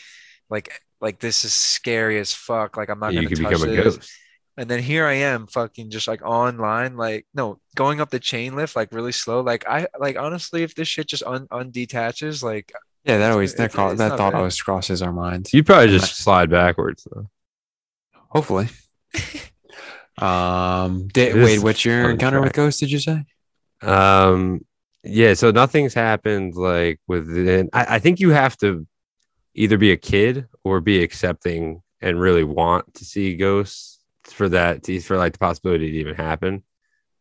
S3: like, like this is scary as fuck. Like, I'm not
S1: you
S3: gonna
S1: could
S3: touch
S1: become a
S3: this.
S1: ghost.
S3: And then here I am fucking just like online, like no, going up the chain lift like really slow. Like I like honestly, if this shit just un undetaches, like
S4: Yeah, that
S3: It's-
S4: always that
S3: it's-
S4: call,
S3: it's
S4: that
S3: not
S4: thought
S3: bad.
S4: always crosses our minds.
S1: You'd probably just slide backwards though.
S3: (laughs)
S4: Hopefully. um, did,
S1: This
S4: Wade,
S1: is
S4: what's your
S1: fun
S4: encounter with
S1: fact.
S4: ghosts? Did you say?
S1: Um, yeah, so nothing's happened like within. I, I think you have to either be a kid or be accepting and really want to see ghosts for that to, for like the possibility to even happen.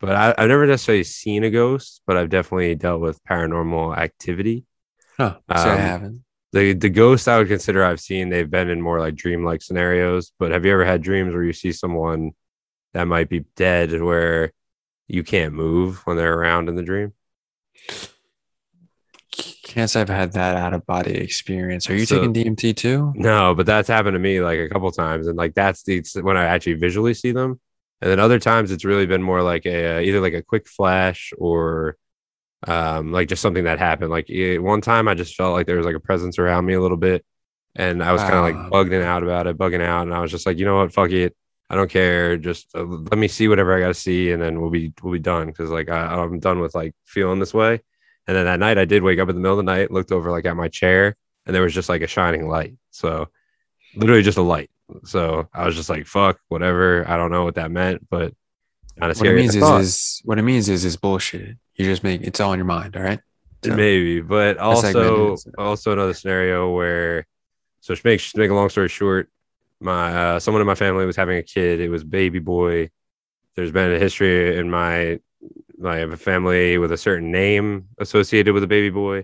S1: But I, I've never necessarily seen a ghost, but I've definitely dealt with paranormal activity.
S4: Huh, so I
S1: Um,
S4: haven't.
S1: The the ghosts I would consider I've seen, they've been in more like dreamlike scenarios. But have you ever had dreams where you see someone that might be dead where you can't move when they're around in the dream?
S4: Can't say I've had that out of body experience. Are you
S1: So-
S4: taking DMT too?
S1: No, but that's happened to me like a couple times, and like that's the it's when I actually visually see them, and then other times it's really been more like a uh, either like a quick flash or um like just something that happened. Like eh, one time I just felt like there was like a presence around me a little bit, and I was kind of
S4: Wow.
S1: like bugging out about it, bugging out, and I was just like, you know what, fuck it, I don't care, just uh, let me see whatever I got to see, and then we'll be we'll be done because like I, I'm done with like feeling this way. And then that night I did wake up in the middle of the night, looked over like at my chair, and there was just like a shining light. So literally just a light. So I was just like, fuck, whatever. I don't know what that meant, but kind of
S4: What it
S1: scary.
S4: means
S1: as I
S4: is,
S1: thought.
S4: is what it means is is bullshit. You just make it's all in your mind. All right. so-
S1: maybe, but
S4: segment
S1: also
S4: is-
S1: also another scenario where so to make to make a long story short, my uh, someone in my family was having a kid. It was baby boy. There's been a history in my my family with a certain name associated with a baby boy.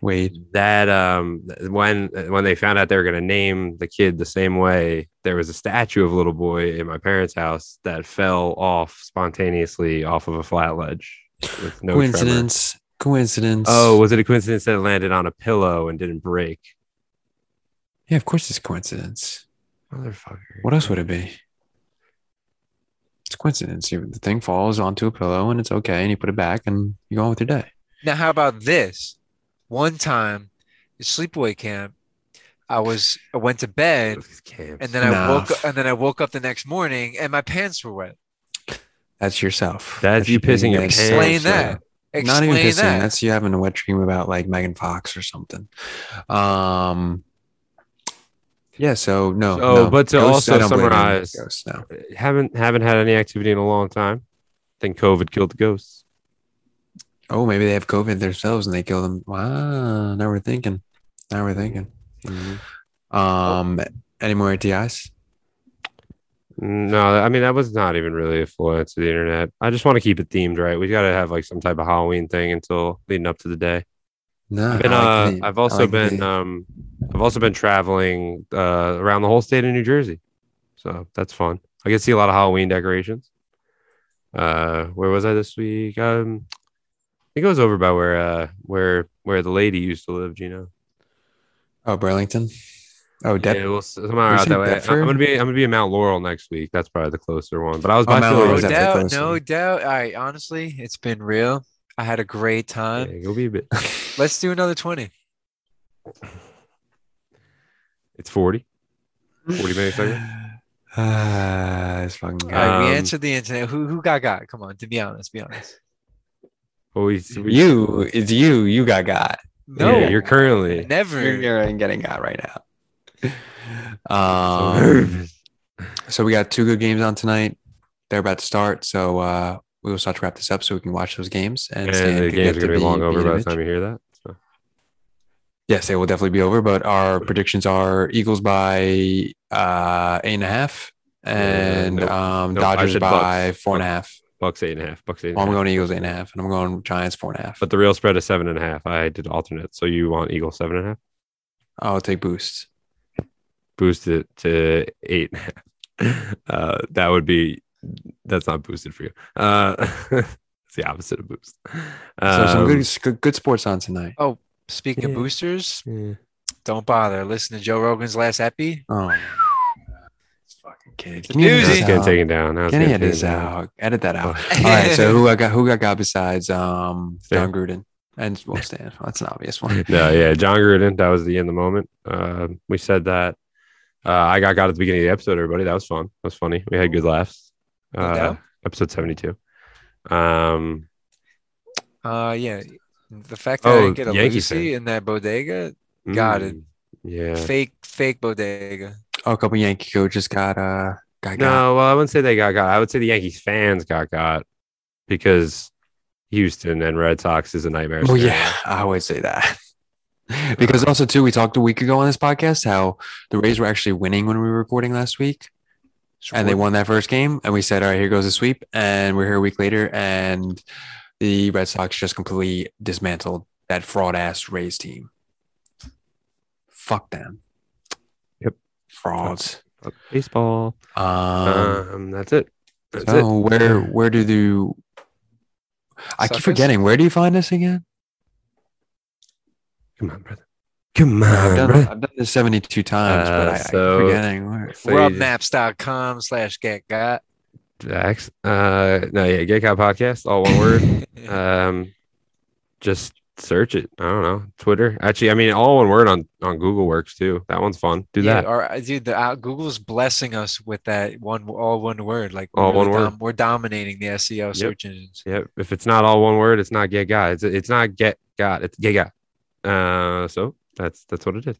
S4: Wade.
S1: that um when when they found out they were going to name the kid the same way there was a statue of little boy in my parents house that fell off spontaneously off of a flat ledge with no tremor.
S4: coincidence. Coincidence.
S1: oh was it a coincidence that it landed on a pillow and didn't break
S4: yeah. Of course, it's coincidence.
S1: motherfucker
S4: What else would it be? It's coincidence. You- The thing falls onto a pillow and it's okay, and you put it back and you go on with your day.
S3: now how about this? one time in sleepaway camp, I was I went to bed
S1: Camps.
S3: and then I
S4: Nah.
S3: woke and then I woke up the next morning and my pants were wet.
S4: That's yourself.
S1: That's you
S4: being
S1: pissing your
S4: an
S1: pants.
S3: Explain
S1: so-
S3: that.
S4: not
S3: Explain
S4: even pissing.
S3: that.
S4: That's you having a wet dream about like Megan Fox or something. Um. Yeah. So no.
S1: So,
S4: no.
S1: but to
S4: Ghosts, I
S1: also
S4: don't believe in
S1: summarize-
S4: ghosts, no.
S1: haven't haven't had any activity in a long time. Think COVID killed the ghosts.
S4: Oh, maybe they have COVID themselves and they kill them. Wow. Now we're thinking. Now we're thinking. Mm. Um. Any more ATIs?
S1: No, I mean that was not even really a full answer to the internet. I just want to keep it themed, right? We got to have like some type of Halloween thing until leading up to the day.
S4: No.
S1: I've been,
S4: I like
S1: uh,
S4: the-
S1: I've
S4: I
S1: also
S4: like
S1: been,
S4: the-
S1: um, I've also been traveling uh, around the whole state of New Jersey, so that's fun. I get to see a lot of Halloween decorations. Uh, where was I this week? Um, I think it was over by where, uh, where, where the lady used to live, Gino.
S4: oh, Burlington. Oh, Dep-
S1: yeah, we'll, somehow
S4: you
S1: out
S4: said
S1: that way. I-
S4: Deptford?
S1: I'm gonna be, I'm gonna be in Mount Laurel next week. That's probably the closer one. But I was
S4: Oh,
S1: by
S4: Mount
S1: Philly.
S4: Laurel
S3: No
S4: was
S1: today.
S3: doubt,
S4: definitely close to
S3: no
S4: me.
S3: doubt. All right, honestly, it's been real. I had a great
S1: Yeah,
S3: time.
S1: you'll be a bit.
S3: Let's do another 20.
S1: It's 40. 40 minutes
S4: (laughs)
S1: later.
S4: (sighs) Ah, it's fucking
S3: All right, we
S1: Um,
S3: answered the internet. Who who got got? Come on, to be honest, be honest.
S1: But we, we-
S4: you. It's you. You got got.
S1: Yeah,
S3: No,
S1: you're currently.
S3: never.
S4: You're, you're getting got right now. (laughs) Um, so we got two good games on tonight. They're about to start, so uh, we will start to wrap this up so we can watch those games and,
S1: and
S4: stay in
S1: the
S4: good
S1: game's
S4: depth
S1: gonna be
S4: of
S1: long
S4: being-
S1: over
S4: being
S1: by
S4: rich.
S1: the time you hear that. So.
S4: Yes, they will definitely be over. But our predictions are Eagles by uh, eight and a half, and
S1: Uh, nope.
S4: um,
S1: Nope, I
S4: Dodgers
S1: said
S4: by
S1: Bucks.
S4: four and a half.
S1: Bucks eight and a half. Bucks eight. And
S4: Well,
S1: a
S4: I'm
S1: half.
S4: going Eagles eight and a half, and I'm going Giants four and a half.
S1: But the real spread is seven and a half. I did alternate. So you want Eagle seven and a half?
S4: I'll take boosts.
S1: Boost it to eight and a half. (laughs) Uh, that would be. That's not boosted for you. Uh, (laughs) it's the opposite of boost.
S4: So some
S1: Um,
S4: good, good good sports on tonight.
S3: Speaking of
S1: Yeah.
S3: boosters,
S1: yeah.
S3: don't bother. Listen to Joe Rogan's last epi.
S4: Oh, this fucking kid.
S3: a
S4: Can you edit
S3: doozy.
S1: Now
S4: this
S1: It's getting
S4: out?
S1: taken down. Now it's
S4: Can you
S1: getting
S4: edit this
S1: taken down.
S4: out? Edit that out.
S1: Oh.
S4: All right.
S3: (laughs)
S1: (laughs)
S4: So who I got? Who I got besides um
S1: Stan.
S4: John Gruden and well
S1: (laughs)
S4: Stan? That's an obvious one.
S1: no, yeah, John Gruden. That was the in the moment. Uh, we said that. Uh, I got got at the beginning of the episode, everybody. That was fun. That was funny. We had good laughs.
S3: No
S1: Uh,
S3: doubt.
S1: episode seventy two. Um,
S3: Uh, yeah, the fact that I
S1: Oh,
S3: didn't get a
S1: Yankee
S3: Lucy in that bodega, Got it.
S1: mm, Yeah.
S3: fake fake bodega.
S4: Oh, a couple Yankee coaches got uh got got.
S1: No, well, I wouldn't say they got got. I would say the Yankees fans got got because Houston and Red Sox is a nightmare.
S4: Well,
S1: scenario.
S4: yeah, I always say that. (laughs) Because
S1: Uh-huh.
S4: also too, we talked a week ago on this podcast how the Rays were actually winning when we were recording last week, and they won that first game. And we said, "All right, here goes the sweep." And we're here a week later, and the Red Sox just completely dismantled that fraud ass Rays team. Fuck them.
S1: Yep.
S4: frauds.
S1: Baseball.
S4: Um,
S1: Um, that's it. That's it.
S4: so where where do you? I keep
S3: Suckers?
S4: forgetting. Where do you find us again?
S1: Come on, brother. Come
S4: I've
S1: on,
S4: done,
S1: brother.
S4: I've done this 72 times, but
S1: Uh,
S4: I,
S1: so-
S4: I keep forgetting. Where,
S1: So you just-
S3: Rubmaps.com slash get got.
S1: Facts. Uh, no, yeah, Gay Guy Podcast, all one
S3: (laughs)
S1: word. um, just search it. I don't know. Twitter. Actually, I mean, all one word on on Google works too. That one's fun. Do
S3: Yeah,
S1: that.
S3: or uh, dude, the uh, Google's blessing us with that one, all one word. Like we're
S1: All one word.
S3: we're dominating the SEO search engines.
S1: Yep. If it's not all one word, it's not Gay Guy. It's it's not Get God. It's Gay Guy. Uh, so that's that's what it is.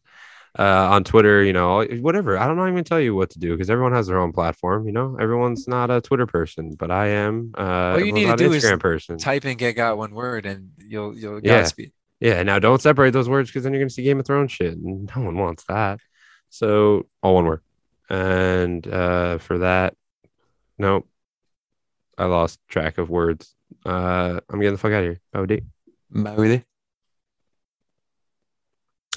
S1: Uh, on Twitter, you know, whatever. I don't even tell you what to do because everyone has their own platform. You know, everyone's not a Twitter person, but I am. Uh,
S3: All you
S1: everyone's
S3: need to
S1: not an
S3: do is
S1: Instagram person.
S3: Type in get got one word, and you'll you'll
S1: Yeah.
S3: Godspeed.
S1: Yeah, now don't separate those words because then you're gonna see Game of Thrones shit, and no one wants that. So all one word. And uh for that, nope. I lost track of words. Uh I'm getting the fuck out of here. Oh D.
S4: Maui?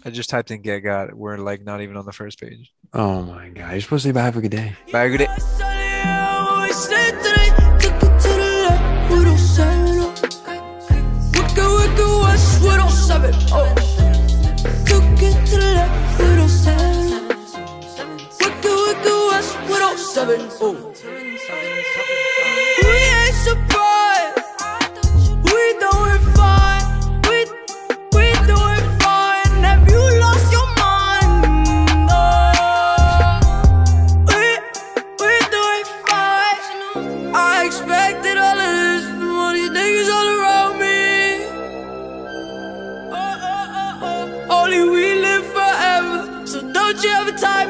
S3: I just typed in get got. We're like not even on the first page.
S4: Oh my God. You're supposed to say bye. Have a good day.
S3: Bye, good day.
S5: Seven, oh. We ain't surprised. We doing fine. We we doing money, we live forever. So don't you ever tie